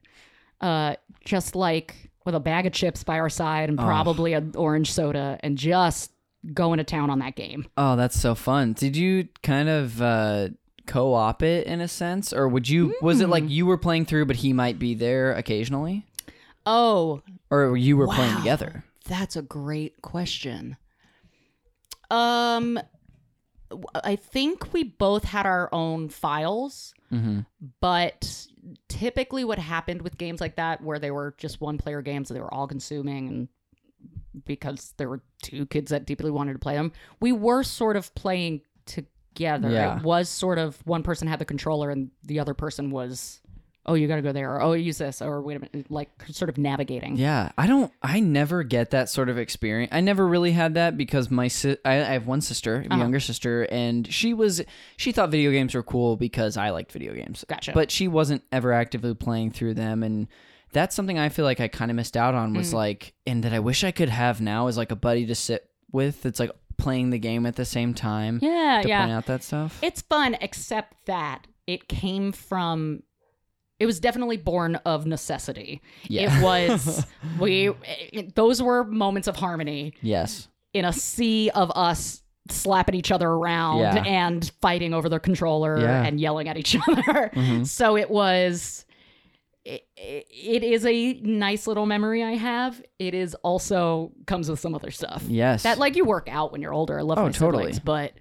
[SPEAKER 2] uh, just like with a bag of chips by our side and probably an orange soda and just going to town on that game.
[SPEAKER 1] Oh, that's so fun. Did you kind of uh, co-op it in a sense, or would you? Was it like you were playing through, but he might be there occasionally,
[SPEAKER 2] Oh,
[SPEAKER 1] or you were playing
[SPEAKER 2] Wow.
[SPEAKER 1] together?
[SPEAKER 2] That's a great question. Um, w- I think we both had our own files,
[SPEAKER 1] Mhm.
[SPEAKER 2] but typically what happened with games like that, where they were just one player games that they were all consuming, and because there were two kids that deeply wanted to play them, we were sort of playing together.
[SPEAKER 1] Yeah.
[SPEAKER 2] It was sort of one person had the controller and the other person was. Oh, you gotta go there, or oh, use this, or wait a minute, like sort of navigating.
[SPEAKER 1] Yeah, I don't. I never get that sort of experience. I never really had that because my si- I, I have one sister,
[SPEAKER 2] Uh-huh.
[SPEAKER 1] a younger sister, and she was she thought video games were cool because I liked video games.
[SPEAKER 2] Gotcha.
[SPEAKER 1] But she wasn't ever actively playing through them, and that's something I feel like I kind of missed out on.
[SPEAKER 2] Mm.
[SPEAKER 1] Was like, and that I wish I could have now is like a buddy to sit with. That's like playing the game at the same time.
[SPEAKER 2] yeah,
[SPEAKER 1] To
[SPEAKER 2] yeah.
[SPEAKER 1] point out that stuff.
[SPEAKER 2] It's fun, except that it came from. It was definitely born of necessity.
[SPEAKER 1] Yeah.
[SPEAKER 2] It was we. it- those were moments of harmony
[SPEAKER 1] yes.
[SPEAKER 2] in a sea of us slapping each other around
[SPEAKER 1] Yeah.
[SPEAKER 2] and fighting over the controller
[SPEAKER 1] Yeah. Mm-hmm.
[SPEAKER 2] and yelling at each other. So it was. It, it is a nice little memory I have. It is also comes with some other stuff
[SPEAKER 1] Yes.
[SPEAKER 2] that like you work out when you're older. I love
[SPEAKER 1] Oh,
[SPEAKER 2] my siblings,
[SPEAKER 1] totally.
[SPEAKER 2] but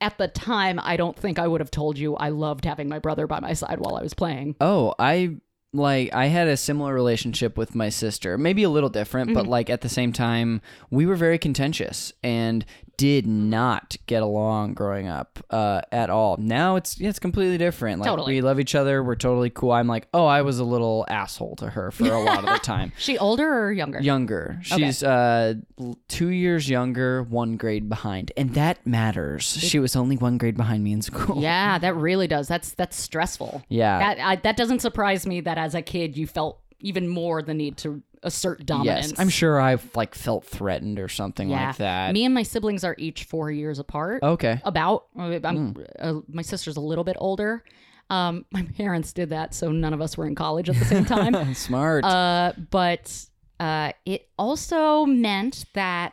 [SPEAKER 2] at the time, I don't think I would have told you I loved having my brother by my side while I was playing.
[SPEAKER 1] Oh, I like I had a similar relationship with my sister. Maybe a little different,
[SPEAKER 2] Mm-hmm.
[SPEAKER 1] but like at the same time, we were very contentious and did
[SPEAKER 2] Mm-hmm.
[SPEAKER 1] not get along growing up uh, at all. Now it's yeah, it's completely different. Like
[SPEAKER 2] Totally.
[SPEAKER 1] we love each other. We're totally cool. I'm like, oh, I was a little asshole to her for a lot of the time.
[SPEAKER 2] She older or younger?
[SPEAKER 1] Younger. She's uh, l- two years younger, one grade behind, and that matters. She was only one grade behind me in school.
[SPEAKER 2] Yeah, that really does. That's that's stressful.
[SPEAKER 1] Yeah.
[SPEAKER 2] That I, that doesn't surprise me that as a kid you felt even more the need to assert dominance.
[SPEAKER 1] Yes, I'm sure I've like felt threatened or something
[SPEAKER 2] Yeah.
[SPEAKER 1] like that.
[SPEAKER 2] Me and my siblings are each four years apart.
[SPEAKER 1] Okay.
[SPEAKER 2] About I'm, uh, my sister's a little bit older. Um, my parents did that, so none of us were in college at the same time.
[SPEAKER 1] Smart.
[SPEAKER 2] Uh, but uh, it also meant that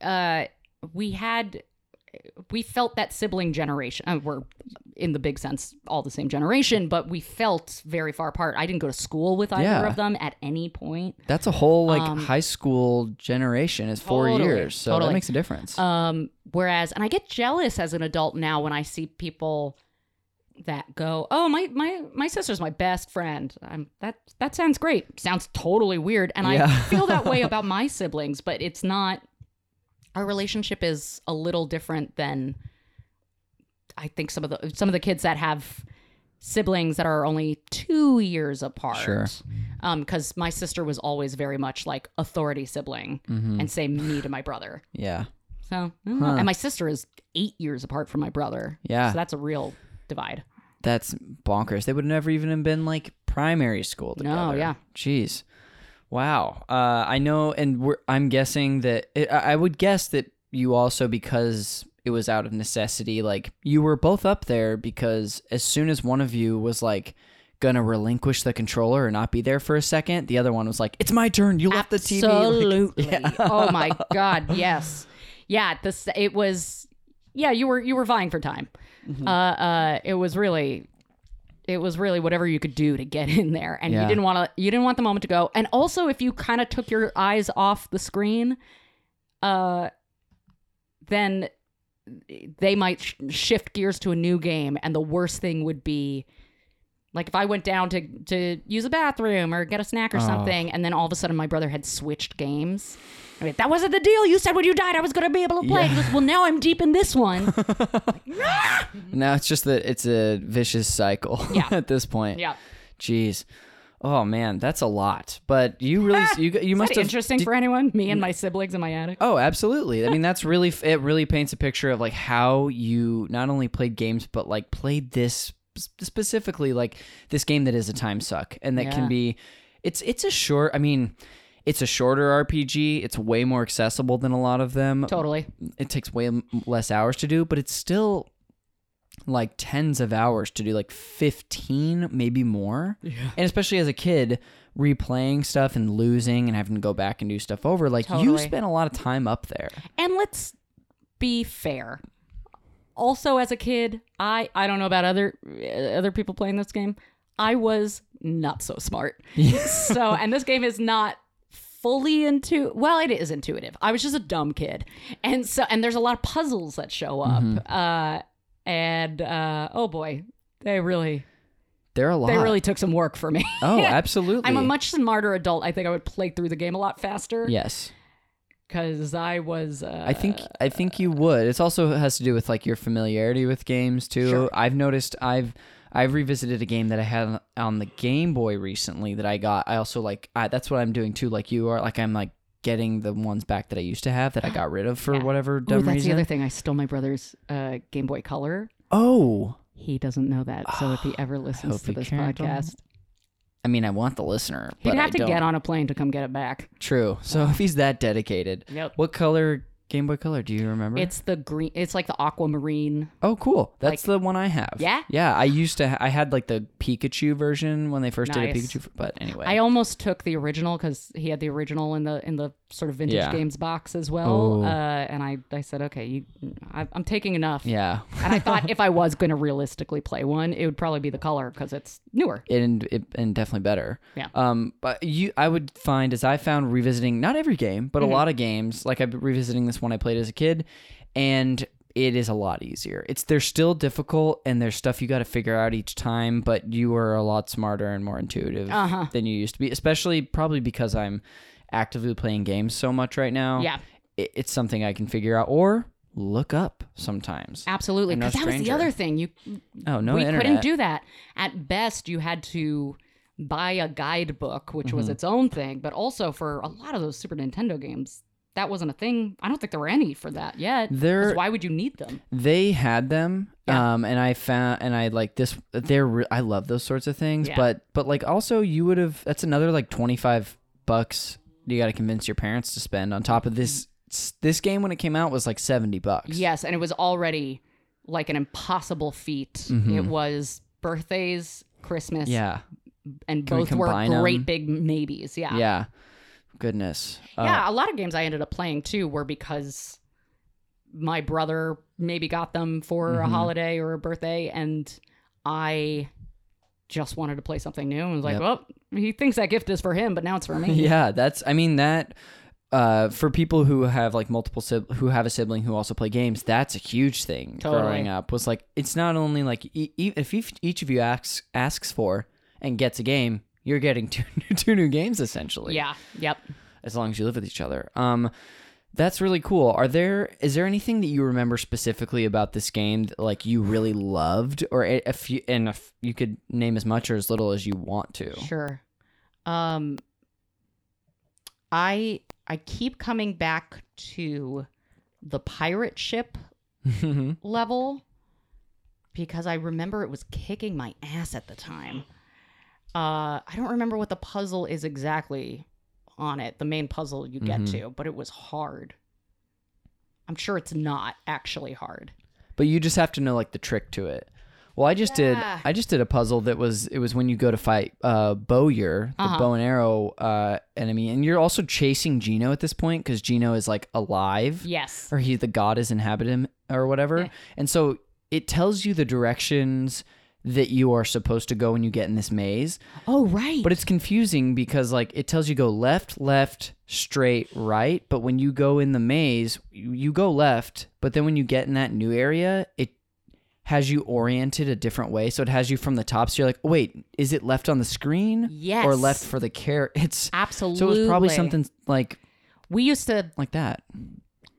[SPEAKER 2] uh, we had we felt that sibling generation. Uh, we're in the big sense all the same generation, but we felt very far apart. I didn't go to school with either
[SPEAKER 1] Yeah.
[SPEAKER 2] of them at any point.
[SPEAKER 1] That's a whole like high school generation is four
[SPEAKER 2] um, Totally,
[SPEAKER 1] years. So
[SPEAKER 2] totally.
[SPEAKER 1] that makes a difference.
[SPEAKER 2] Um, whereas, and I get jealous as an adult now when I see people that go, "Oh, my my my sister's my best friend." I'm that that sounds great. Sounds totally weird, and I
[SPEAKER 1] Yeah.
[SPEAKER 2] feel that way about my siblings, but it's not. Our relationship is a little different than I think some of the some of the kids that have siblings that are only two years apart.
[SPEAKER 1] Sure.
[SPEAKER 2] Because my sister was always very much like authority sibling
[SPEAKER 1] Mm-hmm.
[SPEAKER 2] and say me to my brother.
[SPEAKER 1] yeah.
[SPEAKER 2] So, I don't know. and my sister is eight years apart from my brother.
[SPEAKER 1] Yeah.
[SPEAKER 2] So that's a real divide.
[SPEAKER 1] That's bonkers. They would never even have been like primary school together.
[SPEAKER 2] yeah.
[SPEAKER 1] Jeez. Wow. Uh, I know, and we're, I'm guessing that it, I I would guess that you also because it was out of necessity. Like you were both up there because as soon as one of you was like gonna relinquish the controller or not be there for a second, the other one was like, "It's my turn. You left the TV." Like,
[SPEAKER 2] Absolutely. oh my God. Yes. Yeah. This, it was, yeah, you were, you were vying for time. Uh, uh, it was really, it was really whatever you could do to get in there. And you
[SPEAKER 1] Yeah.
[SPEAKER 2] didn't want to, you didn't want the moment to go. And also if you kind of took your eyes off the screen, uh, then they might sh- shift gears to a new game and the worst thing would be like if i went down to to use a bathroom or get a snack or something and then all of a sudden my brother had switched games I mean, that wasn't the deal you said when you died i was going to be able to play And he goes, well now i'm deep in this one
[SPEAKER 1] Now it's just that it's a vicious cycle
[SPEAKER 2] Yeah.
[SPEAKER 1] at this point.
[SPEAKER 2] yeah
[SPEAKER 1] Jeez. Oh man, that's a lot. But you really you you must
[SPEAKER 2] Is that
[SPEAKER 1] have
[SPEAKER 2] interesting for anyone me and my siblings in my attic
[SPEAKER 1] Oh, absolutely. I mean, that's really it really paints a picture of like how you not only played games but like played this sp- specifically like this game that is a time suck and that
[SPEAKER 2] Yeah.
[SPEAKER 1] can be it's it's a short, I mean, it's a shorter RPG. It's way more accessible than a lot of them
[SPEAKER 2] totally
[SPEAKER 1] it takes way m- less hours to do, but it's still like tens of hours to do like 15 maybe more yeah. and especially as a kid replaying stuff and losing and having to go back and do stuff over like you
[SPEAKER 2] Totally.
[SPEAKER 1] spent a lot of time up there
[SPEAKER 2] And let's be fair. Also, as a kid, I I don't know about other uh, other people playing this game. I was not so smart. so, and this game is not fully into well it is intuitive i was just a dumb kid and so and there's a lot of puzzles that show up uh and uh oh boy they really
[SPEAKER 1] there are a lot
[SPEAKER 2] they really took some work for me
[SPEAKER 1] oh absolutely
[SPEAKER 2] i'm a much smarter adult i think i would play through the game a lot faster
[SPEAKER 1] yes
[SPEAKER 2] because i was uh,
[SPEAKER 1] I think I think you would. It's also has to do with like your familiarity with games too. I've noticed I've I've revisited a game that I had on the Game Boy recently that I got. I also like I, that's what I'm doing too. Like you are like I'm like getting the ones back that I used to have that I got rid of for whatever
[SPEAKER 2] Ooh,
[SPEAKER 1] dumb
[SPEAKER 2] that's
[SPEAKER 1] reason.
[SPEAKER 2] the other thing. I stole my brother's uh, Game Boy Color.
[SPEAKER 1] oh,
[SPEAKER 2] He doesn't know that. So if he ever listens
[SPEAKER 1] hope
[SPEAKER 2] to
[SPEAKER 1] he
[SPEAKER 2] this
[SPEAKER 1] can't, don't-
[SPEAKER 2] podcast,
[SPEAKER 1] I mean I want the listener,
[SPEAKER 2] he'd
[SPEAKER 1] but I
[SPEAKER 2] have to
[SPEAKER 1] don't.
[SPEAKER 2] get on a plane to come get it back.
[SPEAKER 1] True. So if he's that dedicated,
[SPEAKER 2] Yep.
[SPEAKER 1] what color Game Boy Color do you remember?
[SPEAKER 2] It's the green. It's like the aquamarine.
[SPEAKER 1] Oh, cool. That's the one I have.
[SPEAKER 2] Yeah?
[SPEAKER 1] Yeah. I used to, ha- I had like the Pikachu version when they first did a
[SPEAKER 2] Nice.
[SPEAKER 1] Pikachu, f- but anyway.
[SPEAKER 2] I almost took the original because he had the original in the in the sort of vintage
[SPEAKER 1] Yeah.
[SPEAKER 2] games box as well.
[SPEAKER 1] Ooh.
[SPEAKER 2] Uh, and I I said, okay, you, I, I'm taking enough.
[SPEAKER 1] yeah.
[SPEAKER 2] And I thought if I was going to realistically play one, it would probably be the color because it's newer.
[SPEAKER 1] and it, and definitely better.
[SPEAKER 2] Yeah.
[SPEAKER 1] Um, but you, I would find as I found revisiting not every game, but
[SPEAKER 2] Mm-hmm.
[SPEAKER 1] a lot of games. Like I've been revisiting this one I played as a kid, and it is a lot easier. It's they're still difficult, and there's stuff you got to figure out each time. But you are a lot smarter and more intuitive
[SPEAKER 2] Uh-huh.
[SPEAKER 1] than you used to be, especially probably because I'm actively playing games so much right now.
[SPEAKER 2] Yeah.
[SPEAKER 1] It, it's something I can figure out or look up sometimes.
[SPEAKER 2] Absolutely.
[SPEAKER 1] I'm no
[SPEAKER 2] Because that was the
[SPEAKER 1] stranger.
[SPEAKER 2] other thing. You
[SPEAKER 1] Oh no,
[SPEAKER 2] we
[SPEAKER 1] internet.
[SPEAKER 2] couldn't do that. At best, you had to buy a guidebook, which
[SPEAKER 1] Mm-hmm.
[SPEAKER 2] was its own thing. But also for a lot of those Super Nintendo games, that wasn't a thing. I don't think there were any for that yet. 'cause
[SPEAKER 1] There-
[SPEAKER 2] why would you need them?
[SPEAKER 1] they had them
[SPEAKER 2] Yeah.
[SPEAKER 1] um and i found and i like this they're re- i love those sorts of things
[SPEAKER 2] Yeah.
[SPEAKER 1] but but like also you would have that's another like 25 bucks you got to convince your parents to spend on top of this this game when it came out was like 70 bucks
[SPEAKER 2] Yes, and it was already like an impossible feat. It was birthdays, Christmas,
[SPEAKER 1] Mm-hmm. yeah
[SPEAKER 2] and
[SPEAKER 1] Can we
[SPEAKER 2] both were
[SPEAKER 1] combine 'em?
[SPEAKER 2] great big maybes. Yeah.
[SPEAKER 1] yeah goodness Uh,
[SPEAKER 2] Ah. yeah, a lot of games I ended up playing too were because my brother maybe got them for a
[SPEAKER 1] Mhm.
[SPEAKER 2] holiday or a birthday, and I just wanted to play something new. And was like,
[SPEAKER 1] Yep.
[SPEAKER 2] well, he thinks that gift is for him, but now it's for me.
[SPEAKER 1] yeah that's i mean that uh, for people who have like multiple sib- who have a sibling who also play games, that's a huge thing.
[SPEAKER 2] Totally.
[SPEAKER 1] Growing up was like it's not only like e- e- if each- each of you asks asks for and gets a game, you're getting two new, two new games essentially.
[SPEAKER 2] Yeah. Yep.
[SPEAKER 1] as long as you live with each other. Um, that's really cool. Are there is there anything that you remember specifically about this game that like you really loved, or i- if you and if you could name as much or as little as you want to?
[SPEAKER 2] Sure. Um, I I keep coming back to the pirate ship level because I remember it was kicking my ass at the time. Uh, I don't remember what the puzzle is exactly on it, the main puzzle you get
[SPEAKER 1] Mhm.
[SPEAKER 2] to, but it was hard. I'm sure it's not actually hard.
[SPEAKER 1] but you just have to know like the trick to it. Well, I just
[SPEAKER 2] Yeah.
[SPEAKER 1] did. I just did a puzzle that was it was when you go to fight uh, Bowyer, the
[SPEAKER 2] Uh-huh.
[SPEAKER 1] bow and arrow uh, enemy, and you're also chasing Gino at this point because Gino is like alive,
[SPEAKER 2] Yes.
[SPEAKER 1] or he the god is inhabited him or whatever,
[SPEAKER 2] Yeah.
[SPEAKER 1] and so it tells you the directions that you are supposed to go when you get in this maze.
[SPEAKER 2] Oh, right.
[SPEAKER 1] But it's confusing because like it tells you go left, left, straight, right. But when you go in the maze, you, you go left. But then when you get in that new area, it has you oriented a different way. So it has you from the top. So you're like, wait, is it left on the screen?
[SPEAKER 2] Yes.
[SPEAKER 1] Or left for the care? It's
[SPEAKER 2] absolutely.
[SPEAKER 1] so it was probably something like
[SPEAKER 2] we used to
[SPEAKER 1] like that.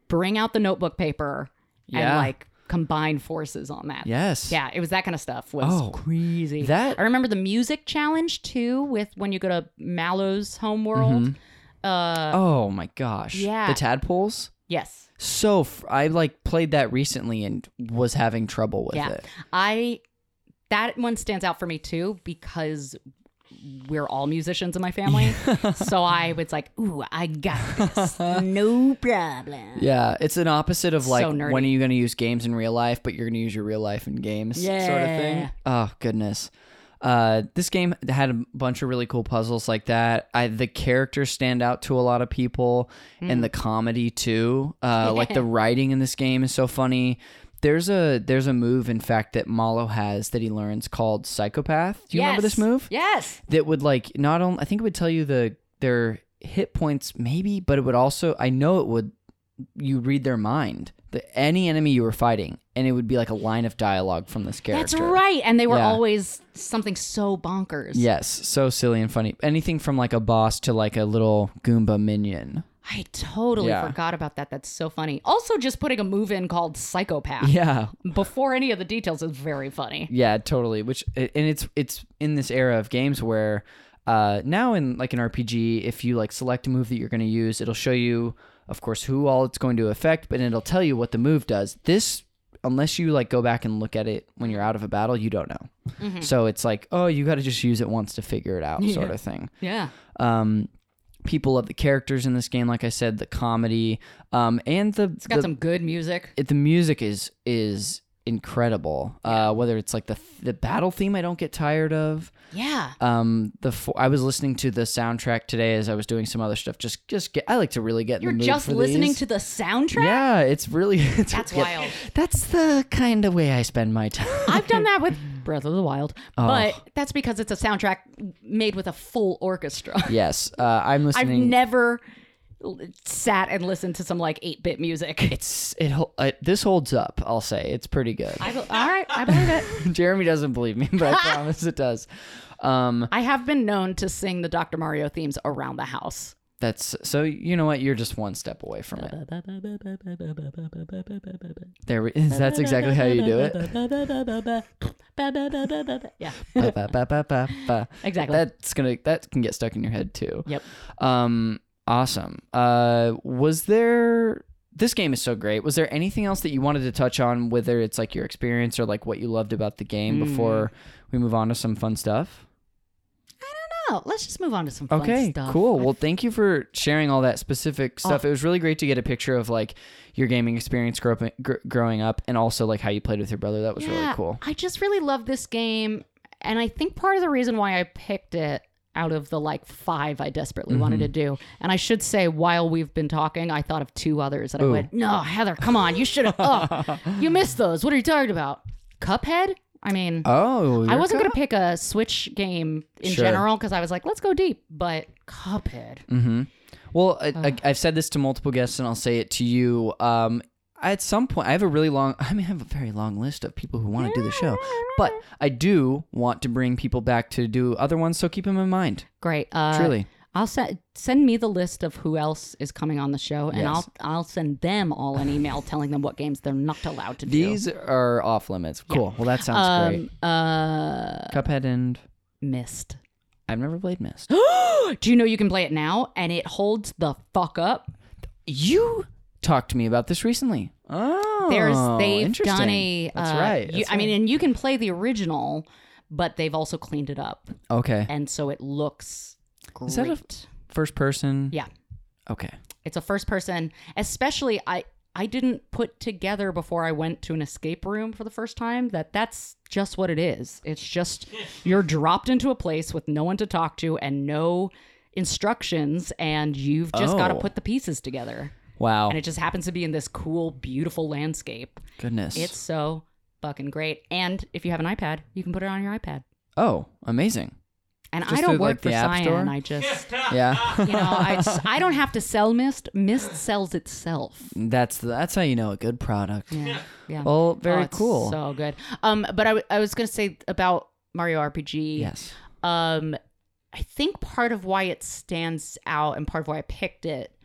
[SPEAKER 2] bring out the notebook paper and
[SPEAKER 1] Yeah.
[SPEAKER 2] like combine forces on that.
[SPEAKER 1] Yes.
[SPEAKER 2] Yeah, it was that kind of stuff. Was
[SPEAKER 1] Oh,
[SPEAKER 2] crazy.
[SPEAKER 1] that-
[SPEAKER 2] I remember the music challenge too, with when you go to Mallow's home world. Uh,
[SPEAKER 1] Oh my gosh.
[SPEAKER 2] Yeah.
[SPEAKER 1] The tadpoles.
[SPEAKER 2] yes,
[SPEAKER 1] So fr- I like played that recently and was having trouble with
[SPEAKER 2] yeah.
[SPEAKER 1] it.
[SPEAKER 2] I that one stands out for me too because we're all musicians in my family. so I was like, ooh, I got this. no problem.
[SPEAKER 1] Yeah, it's an opposite of like
[SPEAKER 2] nerdy.
[SPEAKER 1] when are you going to use games in real life, but you're going to use your real life in games sort of
[SPEAKER 2] Yeah.
[SPEAKER 1] thing. Oh goodness. Uh, this game had a bunch of really cool puzzles like that. I, the characters stand out to a lot of people, and
[SPEAKER 2] Mm.
[SPEAKER 1] the comedy too. Uh, Like the writing in this game is so funny. There's a there's a move, in fact, that Malo has that he learns called Psychopath. Do you remember this
[SPEAKER 2] Yes.
[SPEAKER 1] move?
[SPEAKER 2] Yes.
[SPEAKER 1] that would like not only I think it would tell you the their hit points maybe, but it would also I know it would you read their mind. The, any enemy you were fighting, and it would be like a line of dialogue from this character.
[SPEAKER 2] That's right. And they were
[SPEAKER 1] Yeah.
[SPEAKER 2] always something so bonkers.
[SPEAKER 1] Yes, so silly and funny. Anything from like a boss to like a little Goomba minion.
[SPEAKER 2] I totally
[SPEAKER 1] Yeah.
[SPEAKER 2] forgot about that. That's so funny. Also, just putting a move in called Psychopath
[SPEAKER 1] Yeah,
[SPEAKER 2] before any of the details is very funny.
[SPEAKER 1] yeah, totally. Which and it's it's in this era of games where uh, now in like an RPG, if you like select a move that you're going to use, it'll show you, of course, who all it's going to affect, but it'll tell you what the move does. This, unless you like go back and look at it when you're out of a battle, you don't know.
[SPEAKER 2] Mm-hmm.
[SPEAKER 1] So it's like, oh, you got to just use it once to figure it out, sort of thing.
[SPEAKER 2] Yeah.
[SPEAKER 1] Um, people love the characters in this game, like I said, the comedy, um, and the
[SPEAKER 2] It's got
[SPEAKER 1] the,
[SPEAKER 2] some good music.
[SPEAKER 1] it, the music is is incredible. Uh, whether it's like the the battle theme, I don't get tired of.
[SPEAKER 2] Yeah.
[SPEAKER 1] Um, the fo- I was listening to the soundtrack today as I was doing some other stuff. Just just get. I like to really get. in
[SPEAKER 2] You're
[SPEAKER 1] the mood
[SPEAKER 2] just
[SPEAKER 1] for
[SPEAKER 2] listening
[SPEAKER 1] these.
[SPEAKER 2] to the soundtrack?
[SPEAKER 1] Yeah, it's really. It's
[SPEAKER 2] That's
[SPEAKER 1] yeah,
[SPEAKER 2] wild.
[SPEAKER 1] That's the kind of way I spend my time.
[SPEAKER 2] I've done that with Breath of the Wild,
[SPEAKER 1] Oh.
[SPEAKER 2] but that's because it's a soundtrack made with a full orchestra.
[SPEAKER 1] yes, uh, I'm
[SPEAKER 2] I've
[SPEAKER 1] listening.
[SPEAKER 2] never l- sat and listened to some like 8 bit music.
[SPEAKER 1] it's it. hol- Uh, this holds up. I'll say it's pretty good.
[SPEAKER 2] I, be- all right, I believe it.
[SPEAKER 1] Jeremy doesn't believe me, but I promise it does. Um,
[SPEAKER 2] I have been known to sing the Dr. Mario themes around the house.
[SPEAKER 1] that's so. You know what? You're just one step away from it. There, we, that's exactly how you do it.
[SPEAKER 2] Yeah,
[SPEAKER 1] Ba, ba, ba, ba, ba, ba.
[SPEAKER 2] exactly.
[SPEAKER 1] That's gonna that can get stuck in your head too.
[SPEAKER 2] Yep.
[SPEAKER 1] Um, awesome. Uh, was there? This game is so great. Was there anything else that you wanted to touch on, whether it's like your experience or like what you loved about the game,
[SPEAKER 2] Hmm.
[SPEAKER 1] before we move on to some fun stuff?
[SPEAKER 2] Oh, let's just move on to some fun
[SPEAKER 1] Okay,
[SPEAKER 2] stuff. Oh.
[SPEAKER 1] cool. Well, thank you for sharing all that specific stuff. It was really great to get a picture of like your gaming experience grow up, gr- growing up, and also like how you played with your brother. That was really cool.
[SPEAKER 2] I just really love this game. And I think part of the reason why I picked it out of the like five I desperately wanted
[SPEAKER 1] Mm-hmm.
[SPEAKER 2] to do, and I should say, while we've been talking, I thought of two others and I went, no, Heather, come on, you should have, oh, you missed those. What are you talking about? Cuphead? I mean,
[SPEAKER 1] Oh,
[SPEAKER 2] I wasn't going to pick a Switch game in
[SPEAKER 1] Sure.
[SPEAKER 2] general because I was like, let's go deep, but Cuphead.
[SPEAKER 1] Well, I, I,
[SPEAKER 2] Oh.
[SPEAKER 1] I've said this to multiple guests, and I'll say it to you. Um, at some point, I have a really long. I mean, I have a very long list of people who want to do the show, but I do want to bring people back to do other ones. So keep them in mind.
[SPEAKER 2] Great. Uh,
[SPEAKER 1] Truly.
[SPEAKER 2] I'll send send me the list of who else is coming on the show, and I'll I'll send them all an email telling them what games they're not allowed to do.
[SPEAKER 1] These are off limits. Cool. Well, that sounds great.
[SPEAKER 2] Um, uh,
[SPEAKER 1] Cuphead and
[SPEAKER 2] Mist.
[SPEAKER 1] I've never played Mist.
[SPEAKER 2] Do you know you can play it now, and it holds the fuck up?
[SPEAKER 1] you talked to me about this recently. Oh,
[SPEAKER 2] There's they've
[SPEAKER 1] interesting.
[SPEAKER 2] done a.
[SPEAKER 1] That's
[SPEAKER 2] uh,
[SPEAKER 1] right.
[SPEAKER 2] you-
[SPEAKER 1] That's
[SPEAKER 2] I mean, and you can play the original, but they've also cleaned it up,
[SPEAKER 1] right. okay.
[SPEAKER 2] and so it looks great.
[SPEAKER 1] that a- First person.
[SPEAKER 2] yeah.
[SPEAKER 1] Okay.
[SPEAKER 2] It's a first person, especially I I didn't put together before I went to an escape room for the first time that that's just what it is. It's just you're dropped into a place with no one to talk to and no instructions and you've just got to
[SPEAKER 1] Oh.
[SPEAKER 2] put the pieces together.
[SPEAKER 1] Wow.
[SPEAKER 2] And it just happens to be in this cool beautiful landscape.
[SPEAKER 1] Goodness.
[SPEAKER 2] It's so fucking great. And if you have an iPad, you can put it on your iPad.
[SPEAKER 1] oh, amazing.
[SPEAKER 2] And I
[SPEAKER 1] Just
[SPEAKER 2] don't
[SPEAKER 1] through,
[SPEAKER 2] work
[SPEAKER 1] like,
[SPEAKER 2] for
[SPEAKER 1] the App Store?
[SPEAKER 2] Cyan. I just,
[SPEAKER 1] Yeah.
[SPEAKER 2] you know, I, I don't have to sell Mist. Mist sells itself.
[SPEAKER 1] That's that's how you know a good product.
[SPEAKER 2] Yeah. yeah.
[SPEAKER 1] Well, very
[SPEAKER 2] Oh, it's
[SPEAKER 1] cool.
[SPEAKER 2] So good. Um, but I, w- I was gonna say about Mario RPG.
[SPEAKER 1] yes.
[SPEAKER 2] Um, I think part of why it stands out and part of why I picked it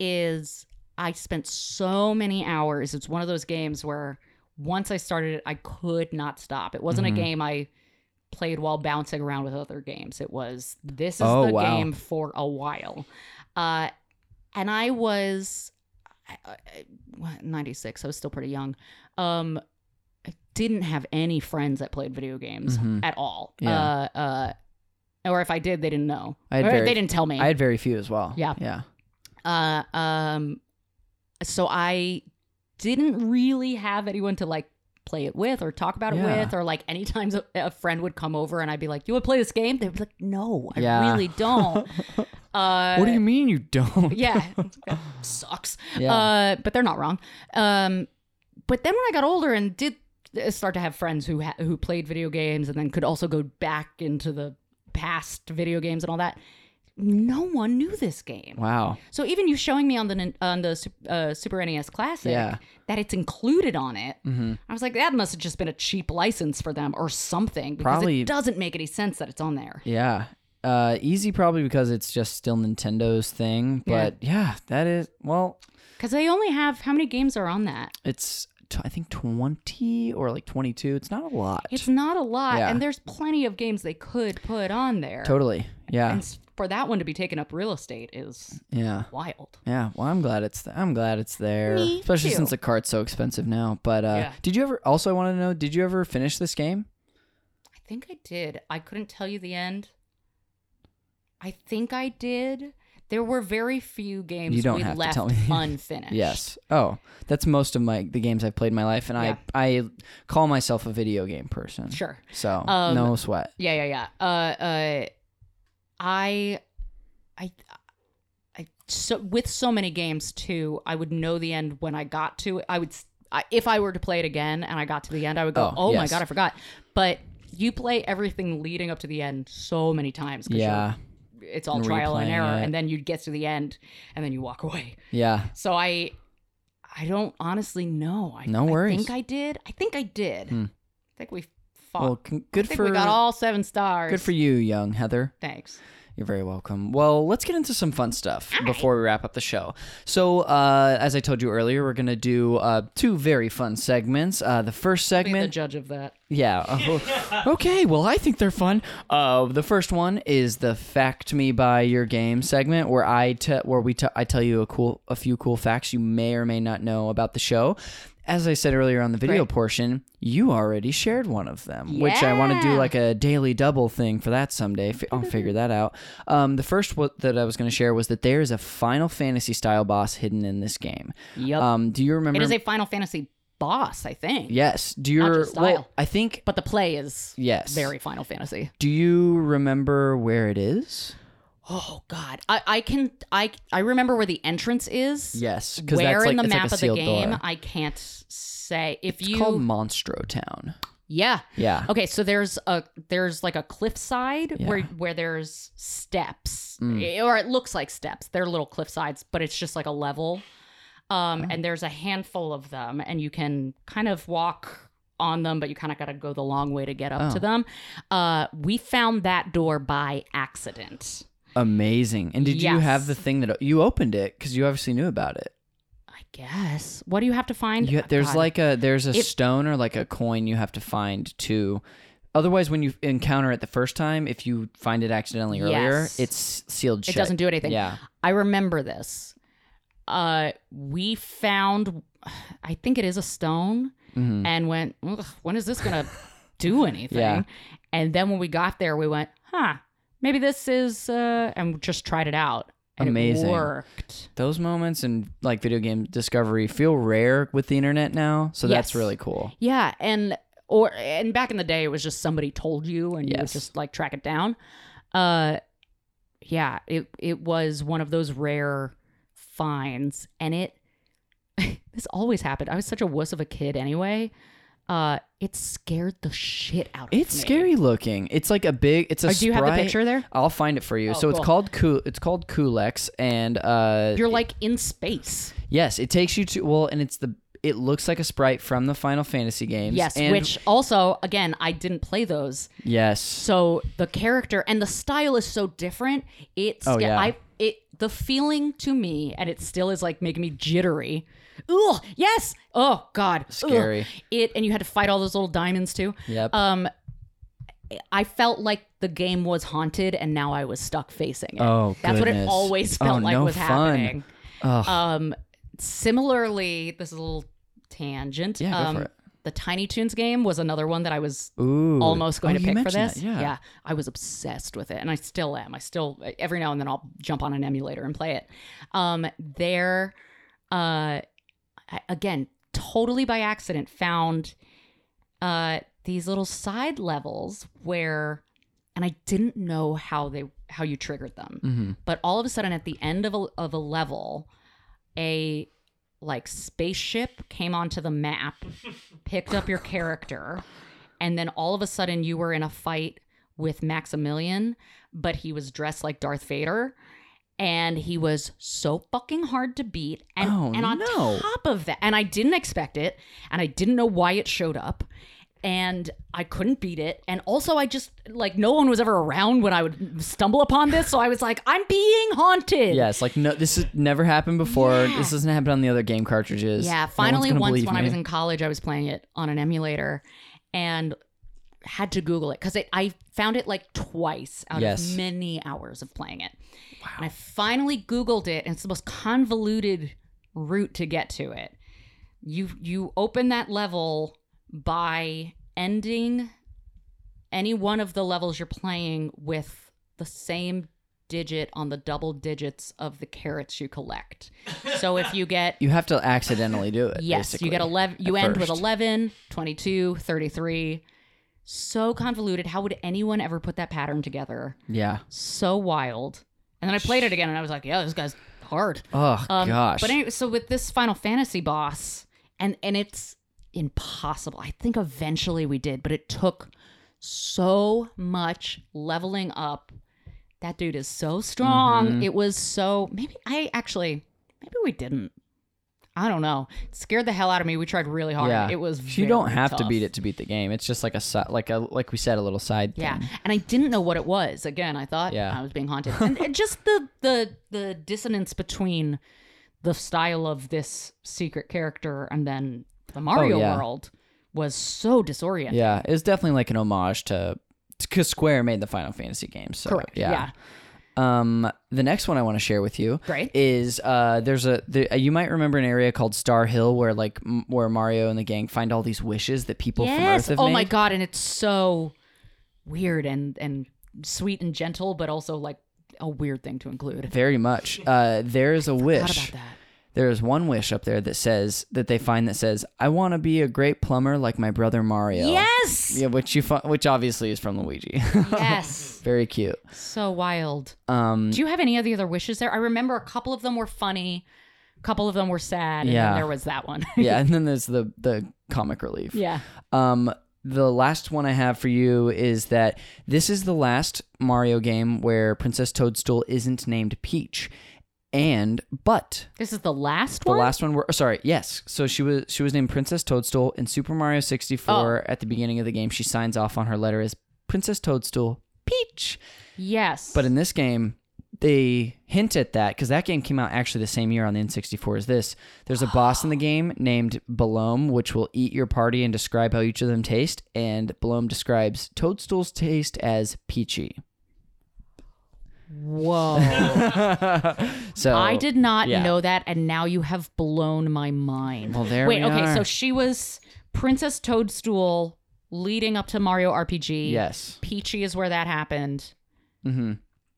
[SPEAKER 2] is I spent so many hours. It's one of those games where once I started it, I could not stop. It wasn't
[SPEAKER 1] Mm-hmm.
[SPEAKER 2] a game I played while bouncing around with other games. It was this is
[SPEAKER 1] Oh,
[SPEAKER 2] the
[SPEAKER 1] wow.
[SPEAKER 2] game for a while. Uh, and I was I- I- I- what, 96. I was still pretty young. Um, I didn't have any friends that played video games
[SPEAKER 1] Mhm.
[SPEAKER 2] at all.
[SPEAKER 1] Yeah.
[SPEAKER 2] Uh, uh, or if I did, they didn't know.
[SPEAKER 1] I had
[SPEAKER 2] Or
[SPEAKER 1] very-
[SPEAKER 2] they didn't tell me.
[SPEAKER 1] I had very few as well.
[SPEAKER 2] Yeah.
[SPEAKER 1] Yeah.
[SPEAKER 2] uh, um, so I didn't really have anyone to like play it with or talk about it
[SPEAKER 1] Yeah.
[SPEAKER 2] with or like anytime a, a friend would come over and I'd be like, "You would play this game?" They'd be like, "No, I
[SPEAKER 1] Yeah.
[SPEAKER 2] really don't." uh,
[SPEAKER 1] what do you mean you don't?
[SPEAKER 2] yeah, That sucks.
[SPEAKER 1] Yeah.
[SPEAKER 2] Uh, but they're not wrong. Um, but then when I got older and did uh, start to have friends who ha- who played video games and then could also go back into the past video games and all that, no one knew this game.
[SPEAKER 1] Wow.
[SPEAKER 2] So even you showing me on the nin- on the Sup- uh, Super NES Classic
[SPEAKER 1] Yeah.
[SPEAKER 2] that it's included on it,
[SPEAKER 1] Mm-hmm.
[SPEAKER 2] I was like, that must have just been a cheap license for them or something because
[SPEAKER 1] Probably-
[SPEAKER 2] it doesn't make any sense that it's on there.
[SPEAKER 1] Yeah. Uh, easy probably because it's just still Nintendo's thing,
[SPEAKER 2] Yeah.
[SPEAKER 1] but yeah, that is well,
[SPEAKER 2] Because they only have how many games are on that?
[SPEAKER 1] it's t- I think twenty or like twenty two. It's not a lot.
[SPEAKER 2] It's not a lot,
[SPEAKER 1] Yeah.
[SPEAKER 2] and there's plenty of games they could put on there.
[SPEAKER 1] totally. Yeah.
[SPEAKER 2] And s- for that one to be taken up real estate is
[SPEAKER 1] yeah.
[SPEAKER 2] wild.
[SPEAKER 1] Yeah. Well, I'm glad it's th- I'm glad it's there,
[SPEAKER 2] Me
[SPEAKER 1] especially
[SPEAKER 2] too.
[SPEAKER 1] since the cart's so expensive now. But uh,
[SPEAKER 2] Yeah.
[SPEAKER 1] did you ever? Also, I want to know, did you ever finish this game?
[SPEAKER 2] I think I did. I couldn't tell you the end. I think I did. There were very few games
[SPEAKER 1] You don't
[SPEAKER 2] we
[SPEAKER 1] have to
[SPEAKER 2] left
[SPEAKER 1] tell me.
[SPEAKER 2] unfinished.
[SPEAKER 1] Yes. Oh, that's most of my the games I've played in my life, and
[SPEAKER 2] Yeah.
[SPEAKER 1] I I call myself a video game person.
[SPEAKER 2] Sure.
[SPEAKER 1] So
[SPEAKER 2] Um,
[SPEAKER 1] no sweat.
[SPEAKER 2] Yeah, yeah, yeah. Uh, uh, I, I, I. So with so many games too, I would know the end when I got to. it. I would, s- I, if I were to play it again, and I got to the end, I would go,
[SPEAKER 1] Oh,
[SPEAKER 2] "Oh, my
[SPEAKER 1] yes.
[SPEAKER 2] god, I forgot." But you play everything leading up to the end so many times. 'cause
[SPEAKER 1] Yeah.
[SPEAKER 2] you're- it's all trial and
[SPEAKER 1] Replaying
[SPEAKER 2] error,
[SPEAKER 1] it.
[SPEAKER 2] and then you get to the end, and then you walk away.
[SPEAKER 1] Yeah.
[SPEAKER 2] So I, I don't honestly know. I,
[SPEAKER 1] No
[SPEAKER 2] I
[SPEAKER 1] worries.
[SPEAKER 2] think I did. I think I did.
[SPEAKER 1] Hmm.
[SPEAKER 2] I think we fought.
[SPEAKER 1] Well, con-
[SPEAKER 2] I
[SPEAKER 1] good
[SPEAKER 2] think
[SPEAKER 1] for
[SPEAKER 2] we got all seven stars.
[SPEAKER 1] good for you, young Heather.
[SPEAKER 2] Thanks.
[SPEAKER 1] You're very welcome. Well, let's get into some fun stuff before we wrap up the show. So, uh, as I told you earlier, we're gonna do uh, two very fun segments. Uh, the first
[SPEAKER 2] Be the
[SPEAKER 1] segment,
[SPEAKER 2] judge of that.
[SPEAKER 1] yeah. Oh, okay. Well, I think they're fun. Uh, the first one is the "Fact Me by Your Game" segment, where I te- where we te- I tell you a cool a few cool facts you may or may not know about the show. As I said earlier on the video
[SPEAKER 2] Great.
[SPEAKER 1] portion, you already shared one of them, which I want to do
[SPEAKER 2] Yeah.
[SPEAKER 1] like a daily double thing for that someday. Fi- I'll figure that out. Um, the first what that I was going to share was that there is a Final Fantasy style boss hidden in this game.
[SPEAKER 2] Yep.
[SPEAKER 1] Um, do you remember?
[SPEAKER 2] it is a Final Fantasy boss, I think.
[SPEAKER 1] yes. Do you?
[SPEAKER 2] just
[SPEAKER 1] Well,
[SPEAKER 2] style.
[SPEAKER 1] I think
[SPEAKER 2] But the play is
[SPEAKER 1] yes.
[SPEAKER 2] very Final Fantasy.
[SPEAKER 1] Do you remember where it is?
[SPEAKER 2] Oh God, I, I can I I remember where the entrance is.
[SPEAKER 1] Yes, because
[SPEAKER 2] Where
[SPEAKER 1] that's like
[SPEAKER 2] in the
[SPEAKER 1] it's
[SPEAKER 2] map
[SPEAKER 1] like a
[SPEAKER 2] of the
[SPEAKER 1] sealed
[SPEAKER 2] game?
[SPEAKER 1] door.
[SPEAKER 2] I can't say. If
[SPEAKER 1] It's
[SPEAKER 2] you
[SPEAKER 1] called Monstro Town.
[SPEAKER 2] yeah.
[SPEAKER 1] Yeah.
[SPEAKER 2] Okay, so there's a there's like a cliffside where
[SPEAKER 1] Yeah.
[SPEAKER 2] where there's steps, Eh,
[SPEAKER 1] Mm.
[SPEAKER 2] or it looks like steps. They're little cliffsides, but it's just like a level. Um,
[SPEAKER 1] Oh.
[SPEAKER 2] and there's a handful of them, and you can kind of walk on them, but you kind of got to go the long way to get up to
[SPEAKER 1] Oh.
[SPEAKER 2] them. Uh, we found that door by accident.
[SPEAKER 1] Amazing. And did you have
[SPEAKER 2] Yes.
[SPEAKER 1] the thing that you opened it because you obviously knew about it?
[SPEAKER 2] I guess. What do you have to find?
[SPEAKER 1] You, there's
[SPEAKER 2] God.
[SPEAKER 1] like a there's a
[SPEAKER 2] If-
[SPEAKER 1] stone or like a coin you have to find too. Otherwise, when you encounter it the first time, if you find it accidentally earlier,
[SPEAKER 2] Yes.
[SPEAKER 1] it's sealed
[SPEAKER 2] it
[SPEAKER 1] shut.
[SPEAKER 2] doesn't do anything.
[SPEAKER 1] Yeah.
[SPEAKER 2] I remember this. Uh, we found, I think it is a stone,
[SPEAKER 1] Mhm.
[SPEAKER 2] and went, "Ugh, when is this gonna do anything?
[SPEAKER 1] Yeah.
[SPEAKER 2] And then when we got there, we went, huh, maybe this is, uh, and just tried it out. And
[SPEAKER 1] Amazing.
[SPEAKER 2] It worked.
[SPEAKER 1] Those moments in like video game discovery feel rare with the internet now, so that's
[SPEAKER 2] Yes.
[SPEAKER 1] really cool.
[SPEAKER 2] Yeah, and or and back in the day, it was just somebody told you, and you would
[SPEAKER 1] Yes.
[SPEAKER 2] just like track it down. Uh, yeah, it it was one of those rare finds, and it this always happened. I was such a wuss of a kid anyway. Uh, it scared the shit out of me.
[SPEAKER 1] It's scary looking. It's like a big. It's a.
[SPEAKER 2] Or do you have the
[SPEAKER 1] sprite-
[SPEAKER 2] picture there?
[SPEAKER 1] I'll find it for you.
[SPEAKER 2] Oh,
[SPEAKER 1] so it's
[SPEAKER 2] cool.
[SPEAKER 1] called Ku- it's called Kulex, and uh,
[SPEAKER 2] You're like in space.
[SPEAKER 1] yes, it takes you to well, and it's the it looks like a sprite from the Final Fantasy games.
[SPEAKER 2] Yes,
[SPEAKER 1] and,
[SPEAKER 2] which also, again, I didn't play those.
[SPEAKER 1] yes,
[SPEAKER 2] So the character and the style is so different. It's
[SPEAKER 1] Oh, yeah.
[SPEAKER 2] I it the feeling to me, and it still is like making me jittery. Ooh, yes. Oh God, Ugh.
[SPEAKER 1] Scary.
[SPEAKER 2] It and you had to fight all those little diamonds too.
[SPEAKER 1] yep,
[SPEAKER 2] Um, I felt like the game was haunted, and now I was stuck facing it.
[SPEAKER 1] Oh,
[SPEAKER 2] that's what it
[SPEAKER 1] goodness.
[SPEAKER 2] always
[SPEAKER 1] Oh,
[SPEAKER 2] felt like
[SPEAKER 1] no
[SPEAKER 2] was
[SPEAKER 1] fun.
[SPEAKER 2] happening.
[SPEAKER 1] Ugh.
[SPEAKER 2] Um, similarly, this is a little tangent.
[SPEAKER 1] Yeah, go
[SPEAKER 2] um,
[SPEAKER 1] for it.
[SPEAKER 2] The Tiny Toons game was another one that I was
[SPEAKER 1] Ooh.
[SPEAKER 2] uh, almost going
[SPEAKER 1] Oh,
[SPEAKER 2] to
[SPEAKER 1] you
[SPEAKER 2] pick for
[SPEAKER 1] mentioned
[SPEAKER 2] this.
[SPEAKER 1] that, yeah.
[SPEAKER 2] I was obsessed with it, and I still am. I still every now and then I'll jump on an emulator and play it. Um, there, uh, I- again, totally by accident, found uh these little side levels where, and I didn't know how they how you triggered them,
[SPEAKER 1] Mm-hmm.
[SPEAKER 2] but all of a sudden at the end of a, of a level, a like spaceship came onto the map, picked up your character, and then all of a sudden you were in a fight with Maximilian, but he was dressed like Darth Vader. And he was so fucking hard to beat. And,
[SPEAKER 1] Oh,
[SPEAKER 2] and on
[SPEAKER 1] no.
[SPEAKER 2] top of that, and I didn't expect it, and I didn't know why it showed up, and I couldn't beat it. And also, I just, like, no one was ever around when I would stumble upon this. So I was like, I'm being haunted.
[SPEAKER 1] Yes, like no, this has never happened before.
[SPEAKER 2] Yeah.
[SPEAKER 1] This doesn't happen on the other game cartridges. No
[SPEAKER 2] Yeah,
[SPEAKER 1] one's
[SPEAKER 2] finally,
[SPEAKER 1] gonna
[SPEAKER 2] once
[SPEAKER 1] believe
[SPEAKER 2] when I
[SPEAKER 1] me.
[SPEAKER 2] was in college, I was playing it on an emulator and had to Google it because I found it like twice out
[SPEAKER 1] Yes.
[SPEAKER 2] of many hours of playing it. And I finally Googled it, and it's the most convoluted route to get to it. You you open that level by ending any one of the levels you're playing with the same digit on the double digits of the carrots you collect. So if you get
[SPEAKER 1] you have to accidentally do it.
[SPEAKER 2] Yes, you get
[SPEAKER 1] basically.
[SPEAKER 2] 11 you end with
[SPEAKER 1] first.
[SPEAKER 2] 11, 22, 33. So convoluted. How would anyone ever put that pattern together?
[SPEAKER 1] Yeah.
[SPEAKER 2] So wild. And then I played it again and I was like, yeah, this guy's hard.
[SPEAKER 1] Oh
[SPEAKER 2] Um,
[SPEAKER 1] gosh.
[SPEAKER 2] But anyway, so with this Final Fantasy boss, and and it's impossible. I think eventually we did, but it took so much leveling up. That dude is so strong.
[SPEAKER 1] Mm-hmm.
[SPEAKER 2] It was so maybe I actually maybe we didn't. I don't know. It scared the hell out of me. We tried really hard.
[SPEAKER 1] yeah.
[SPEAKER 2] It was.
[SPEAKER 1] You don't
[SPEAKER 2] very
[SPEAKER 1] have to
[SPEAKER 2] tough.
[SPEAKER 1] beat it to beat the game. It's just like a si- like a like we said a little side
[SPEAKER 2] Yeah,
[SPEAKER 1] thing.
[SPEAKER 2] and I didn't know what it was. Again, I thought
[SPEAKER 1] Yeah.
[SPEAKER 2] I was being haunted, and, and just the the the dissonance between the style of this secret character and then the Mario
[SPEAKER 1] Oh, yeah.
[SPEAKER 2] world was so disorienting.
[SPEAKER 1] Yeah. It was definitely like an homage to because Square made the Final Fantasy games. So,
[SPEAKER 2] Correct. Yeah.
[SPEAKER 1] Um, the next one I want to share with you
[SPEAKER 2] Great.
[SPEAKER 1] is uh, there's a there, you might remember an area called Star Hill where like m- where Mario and the gang find all these wishes that people from Earth
[SPEAKER 2] Yes.
[SPEAKER 1] have
[SPEAKER 2] Oh
[SPEAKER 1] made.
[SPEAKER 2] my god, and it's so weird and and sweet and gentle, but also like a weird thing to include.
[SPEAKER 1] Very much. Uh, there is a
[SPEAKER 2] Thought
[SPEAKER 1] wish.
[SPEAKER 2] about that.
[SPEAKER 1] There is one wish up there that says that they find that says, "I want to be a great plumber like my brother Mario."
[SPEAKER 2] Yes.
[SPEAKER 1] Yeah, which you fi- which obviously is from Luigi.
[SPEAKER 2] Yes.
[SPEAKER 1] Very cute.
[SPEAKER 2] so wild.
[SPEAKER 1] Um,
[SPEAKER 2] Do you have any of the other wishes there? I remember a couple of them were funny, a couple of them were sad, and
[SPEAKER 1] Yeah.
[SPEAKER 2] then there was that one.
[SPEAKER 1] yeah, and then there's the the comic relief.
[SPEAKER 2] yeah.
[SPEAKER 1] Um, the last one I have for you is that this is the last Mario game where Princess Toadstool isn't named Peach, and but
[SPEAKER 2] This is the last
[SPEAKER 1] the
[SPEAKER 2] one?
[SPEAKER 1] last one were oh, sorry yes so she was she was named Princess Toadstool in Super Mario 64 at the beginning of the game she signs off on her letter as Princess Toadstool Peach
[SPEAKER 2] yes.
[SPEAKER 1] but in this game, they hint at that because that game came out actually the same year on the N64 as this. There's a boss in the game named Balome, which will eat your party and describe how each of them taste. And Balome describes Toadstool's taste as peachy.
[SPEAKER 2] Whoa.
[SPEAKER 1] So
[SPEAKER 2] I did not
[SPEAKER 1] yeah.
[SPEAKER 2] know that, and now you have blown my mind.
[SPEAKER 1] Well, there
[SPEAKER 2] Wait,
[SPEAKER 1] we
[SPEAKER 2] okay,
[SPEAKER 1] are.
[SPEAKER 2] so she was Princess Toadstool leading up to Mario RPG.
[SPEAKER 1] Yes.
[SPEAKER 2] Peachy is where that happened.
[SPEAKER 1] hmm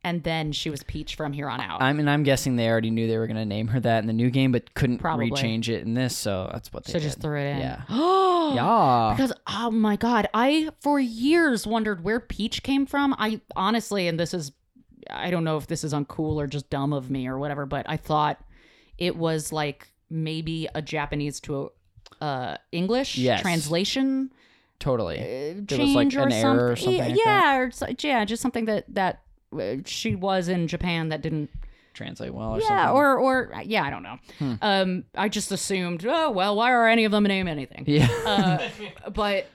[SPEAKER 2] And then she was Peach from here on out.
[SPEAKER 1] I mean, I'm guessing they already knew they were going to name her that in the new game, but couldn't
[SPEAKER 2] Probably.
[SPEAKER 1] rechange it in this. So that's what they
[SPEAKER 2] so
[SPEAKER 1] did.
[SPEAKER 2] just threw it in.
[SPEAKER 1] Yeah.
[SPEAKER 2] Oh.
[SPEAKER 1] yeah.
[SPEAKER 2] Because oh my god, I for years wondered where Peach came from. I honestly, and this is, I don't know if this is uncool or just dumb of me or whatever, but I thought it was like maybe a Japanese to a uh, English
[SPEAKER 1] Yes.
[SPEAKER 2] translation
[SPEAKER 1] Totally.
[SPEAKER 2] Uh, change
[SPEAKER 1] was, like,
[SPEAKER 2] or
[SPEAKER 1] an
[SPEAKER 2] something.
[SPEAKER 1] error or something like
[SPEAKER 2] yeah, or so- yeah, just something that that uh, she was in Japan that didn't
[SPEAKER 1] Translate well or Hmm.
[SPEAKER 2] yeah,
[SPEAKER 1] something.
[SPEAKER 2] or or yeah, I don't know. Um, I just assumed. Oh well, why are any of them name anything?
[SPEAKER 1] yeah.
[SPEAKER 2] Uh, but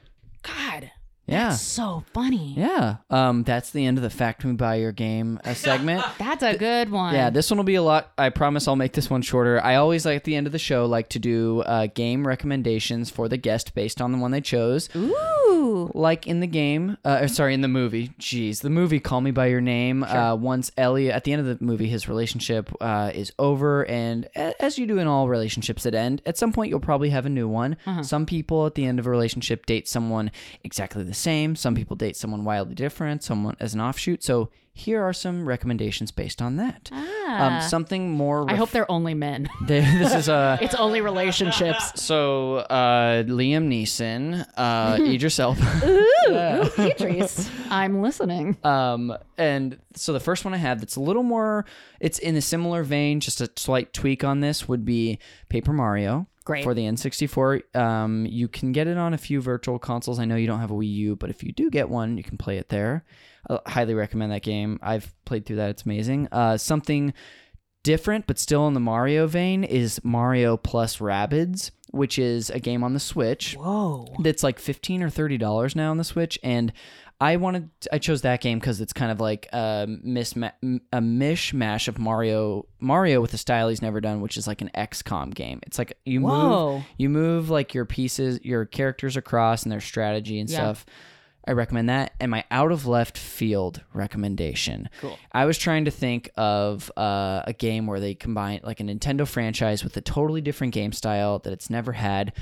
[SPEAKER 2] God,
[SPEAKER 1] yeah.
[SPEAKER 2] so funny.
[SPEAKER 1] Yeah. Um, that's the end of the Fact Me Buy Your Game uh, segment.
[SPEAKER 2] That's a good one.
[SPEAKER 1] yeah, this one will be a lot. I promise I'll make this one shorter. I always like at the end of the show like to do uh, game recommendations for the guest based on the one they chose.
[SPEAKER 2] Ooh. Ooh.
[SPEAKER 1] like in the game, uh, or sorry, in the movie. Jeez, the movie "Call Me by Your Name." Uh, once Elliot, at the end of the movie, his relationship uh, is over, and a- as you do in all relationships that end, at some point you'll probably have a new one.
[SPEAKER 2] Uh-huh.
[SPEAKER 1] Some people at the end of a relationship date someone exactly the same. Some people date someone wildly different. Someone as an offshoot. So here are some recommendations based on that. Um, something more.
[SPEAKER 2] Ah. I hope they're only men.
[SPEAKER 1] this is a.
[SPEAKER 2] It's only relationships.
[SPEAKER 1] So uh, Liam Neeson, uh, Idris Elba.
[SPEAKER 2] I'm listening.
[SPEAKER 1] Um, and so the first one I had that's a little more, it's in a similar vein, just a slight tweak on this would be Paper Mario.
[SPEAKER 2] Great.
[SPEAKER 1] For the N64, um, you can get it on a few virtual consoles. I know you don't have a Wii U, but if you do get one, you can play it there. I highly recommend that game. I've played through that, it's amazing. Uh, something different, but still in the Mario vein, is Mario Plus Rabbids, which is a game on the Switch
[SPEAKER 2] Whoa.
[SPEAKER 1] that's like 15 or 30 dollars now on the switch and i wanted i chose that game because it's kind of like a, misma- a mishmash of mario mario with a style he's never done which is like an xcom game it's like you
[SPEAKER 2] Whoa.
[SPEAKER 1] move you move like your pieces your characters across and their strategy and
[SPEAKER 2] Yeah.
[SPEAKER 1] stuff i recommend that and my out of left field recommendation
[SPEAKER 2] Cool.
[SPEAKER 1] i was trying to think of uh, a game where they combine like a nintendo franchise with a totally different game style that it's never had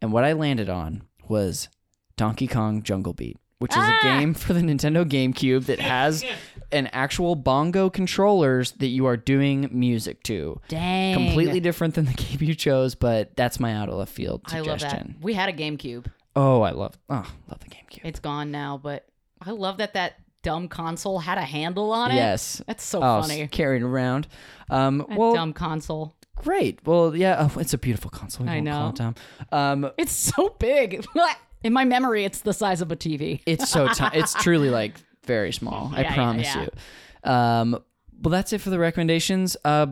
[SPEAKER 1] and what I landed on was Donkey Kong Jungle Beat, which is
[SPEAKER 2] Ah!
[SPEAKER 1] a game for the Nintendo GameCube that has an actual bongo controllers that you are doing music to.
[SPEAKER 2] Dang.
[SPEAKER 1] Completely different than the game you chose, but that's my out of left field
[SPEAKER 2] I love that.
[SPEAKER 1] suggestion.
[SPEAKER 2] We had a GameCube.
[SPEAKER 1] Oh, I love, oh, love the GameCube.
[SPEAKER 2] It's gone now, but I love that that dumb console had a handle on it.
[SPEAKER 1] yes.
[SPEAKER 2] That's so
[SPEAKER 1] Oh,
[SPEAKER 2] funny.
[SPEAKER 1] s- carrying around. Um,
[SPEAKER 2] That
[SPEAKER 1] well,
[SPEAKER 2] dumb console.
[SPEAKER 1] great. Well, yeah, oh, it's a beautiful console. We
[SPEAKER 2] I
[SPEAKER 1] won't call it
[SPEAKER 2] know.
[SPEAKER 1] dumb. Um,
[SPEAKER 2] It's so big. In my memory, it's the size of a TV.
[SPEAKER 1] It's so ti It's truly like very small.
[SPEAKER 2] Yeah, yeah,
[SPEAKER 1] I promise
[SPEAKER 2] yeah.
[SPEAKER 1] you. Um, well, that's it for the recommendations. Uh,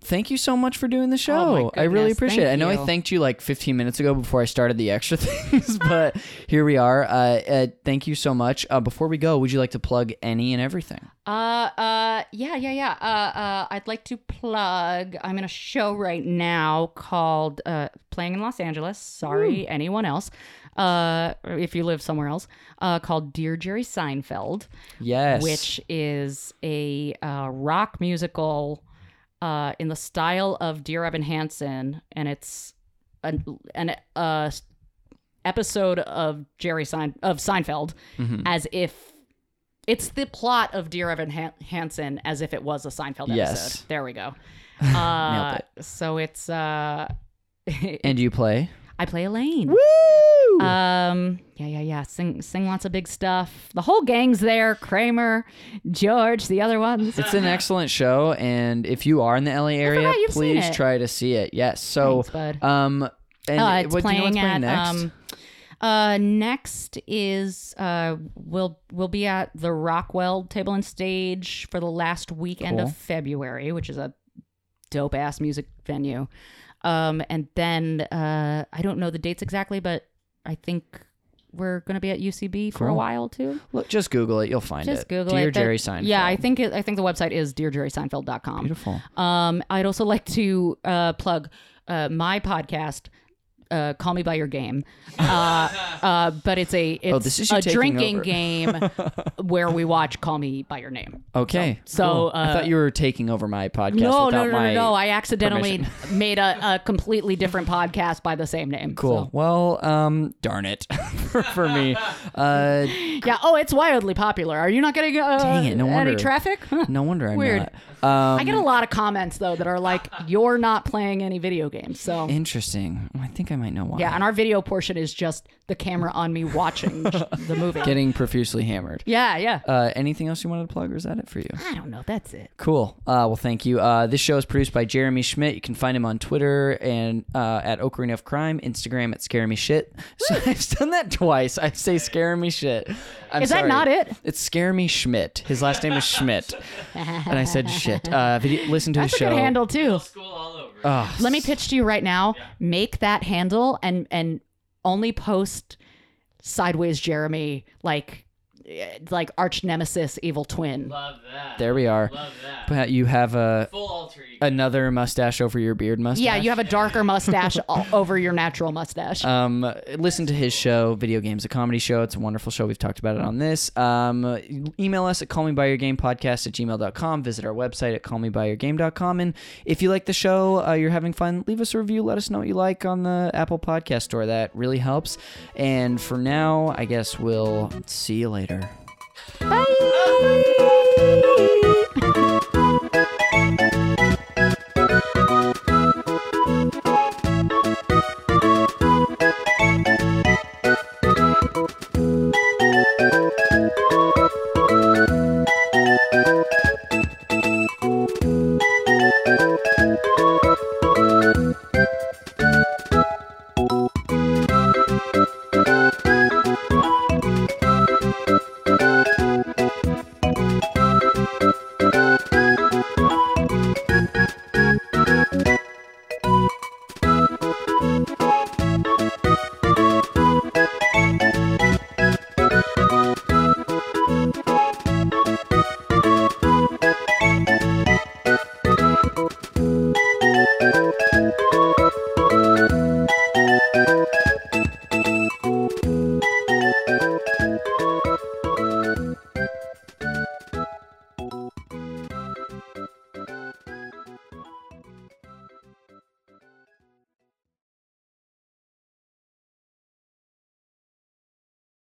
[SPEAKER 1] thank you so much for doing the
[SPEAKER 2] Oh, my
[SPEAKER 1] show. I really
[SPEAKER 2] goodness,
[SPEAKER 1] appreciate it. I
[SPEAKER 2] thank
[SPEAKER 1] know I
[SPEAKER 2] you.
[SPEAKER 1] thanked you like 15 minutes ago before I started the extra things, but here we are. Uh, uh, thank you so much. Uh, before we go, would you like to plug any and everything?
[SPEAKER 2] Uh, uh, yeah, yeah, yeah. Uh, uh, I'd like to plug. I'm in a show right now called uh, "Playing in Los Angeles." Sorry, anyone else. Uh, if you live somewhere else, uh, called "Dear Jerry Seinfeld."
[SPEAKER 1] Yes.
[SPEAKER 2] which is a uh, rock musical uh, in the style of Dear Evan Hansen, and it's an, an uh, episode of Jerry Sein- of Seinfeld
[SPEAKER 1] Mm-hmm.
[SPEAKER 2] as if it's the plot of Dear Evan Han- Hansen as if it was a Seinfeld episode.
[SPEAKER 1] Yes.
[SPEAKER 2] There we go. Uh,
[SPEAKER 1] Nailed
[SPEAKER 2] so it's uh,
[SPEAKER 1] and you play?
[SPEAKER 2] I play Elaine.
[SPEAKER 1] Woo!
[SPEAKER 2] Um, yeah, yeah, yeah. Sing, sing lots of big stuff. The whole gang's there. Kramer, George, the other ones.
[SPEAKER 1] It's an excellent show, and if you are in the LA area,
[SPEAKER 2] Uh-huh. you've seen
[SPEAKER 1] please
[SPEAKER 2] it.
[SPEAKER 1] try to see it. Yes. So,
[SPEAKER 2] Thanks, bud.
[SPEAKER 1] um, and
[SPEAKER 2] Uh, it's
[SPEAKER 1] what do you
[SPEAKER 2] playing
[SPEAKER 1] know what's playing
[SPEAKER 2] at
[SPEAKER 1] next?
[SPEAKER 2] um, uh, next is uh, we'll we'll be at the Rockwell Table and Stage for the last weekend
[SPEAKER 1] Cool.
[SPEAKER 2] of February, which is a dope ass music venue. Um, and then uh, I don't know the dates exactly, but I think we're gonna be at UCB for a
[SPEAKER 1] Cool.
[SPEAKER 2] while too.
[SPEAKER 1] Look, just Google it. You'll find
[SPEAKER 2] Just
[SPEAKER 1] it.
[SPEAKER 2] Google
[SPEAKER 1] Dear
[SPEAKER 2] it. That-
[SPEAKER 1] Jerry Seinfeld.
[SPEAKER 2] Yeah, I think it, I think the website is dearjerryseinfeld.com.
[SPEAKER 1] Beautiful.
[SPEAKER 2] Um, I'd also like to uh, plug uh, my podcast. Uh, call me by your game, uh, uh, but it's a it's
[SPEAKER 1] Oh, this is you
[SPEAKER 2] a
[SPEAKER 1] taking
[SPEAKER 2] drinking
[SPEAKER 1] over.
[SPEAKER 2] game where we watch Call Me by Your Name.
[SPEAKER 1] Okay.
[SPEAKER 2] So,
[SPEAKER 1] cool. I
[SPEAKER 2] uh,
[SPEAKER 1] thought you were taking over my podcast.
[SPEAKER 2] No,
[SPEAKER 1] without
[SPEAKER 2] no, no,
[SPEAKER 1] my...
[SPEAKER 2] no, no! I accidentally made a, a completely different podcast by the same name.
[SPEAKER 1] Cool. Well, um, darn it for, for me. Uh,
[SPEAKER 2] So- yeah. Oh, it's wildly popular. Are you not getting uh,
[SPEAKER 1] Dang it, no
[SPEAKER 2] any
[SPEAKER 1] wonder.
[SPEAKER 2] traffic?
[SPEAKER 1] no wonder I'm
[SPEAKER 2] Weird.
[SPEAKER 1] not. Um,
[SPEAKER 2] I get a lot of comments though that are like, "You're not playing any video games." So
[SPEAKER 1] interesting. I think I might know why.
[SPEAKER 2] Yeah, and our video portion is just the camera on me watching the movie.
[SPEAKER 1] Getting profusely hammered.
[SPEAKER 2] yeah, yeah.
[SPEAKER 1] Uh, anything else you wanted to plug, or is that it for you?
[SPEAKER 2] I don't know. That's it.
[SPEAKER 1] Cool. Uh, well, thank you. Uh, this show is produced by Jeremy Schmidt. You can find him on Twitter and uh, at Ocarina of Crime, Instagram at Scare Me Shit. So I've done that twice. I say Scare Me Shit. I'm
[SPEAKER 2] Is that
[SPEAKER 1] sorry.
[SPEAKER 2] not it?
[SPEAKER 1] It's Scare Me Schmidt. His last name is Schmidt, and I said shit. Uh, video, listen to
[SPEAKER 2] That's
[SPEAKER 1] his
[SPEAKER 2] a
[SPEAKER 1] show.
[SPEAKER 2] good handle too.
[SPEAKER 3] School all over.
[SPEAKER 1] Ugh,
[SPEAKER 2] Let me pitch to you right now. Make that handle and and only post sideways Jeremy like eh, like arch nemesis evil twin.
[SPEAKER 3] Love that.
[SPEAKER 1] There we are.
[SPEAKER 3] Love that.
[SPEAKER 1] But you have a
[SPEAKER 3] Full alter ego.
[SPEAKER 1] another mustache over your beard mustache.
[SPEAKER 2] Yeah, you have a darker mustache o- over your natural mustache.
[SPEAKER 1] Um, listen to his show, Video Games, a comedy show. It's a wonderful show. We've talked about it on this. Um, email us at callmebyyourgamepodcast at gmail.com. Visit our website at callmebyyourgame.com. And if you like the show, uh, you're having fun, leave us a review. Let us know what you like on the Apple Podcast Store. That really helps. And for now, I guess we'll see you later.
[SPEAKER 2] Bye.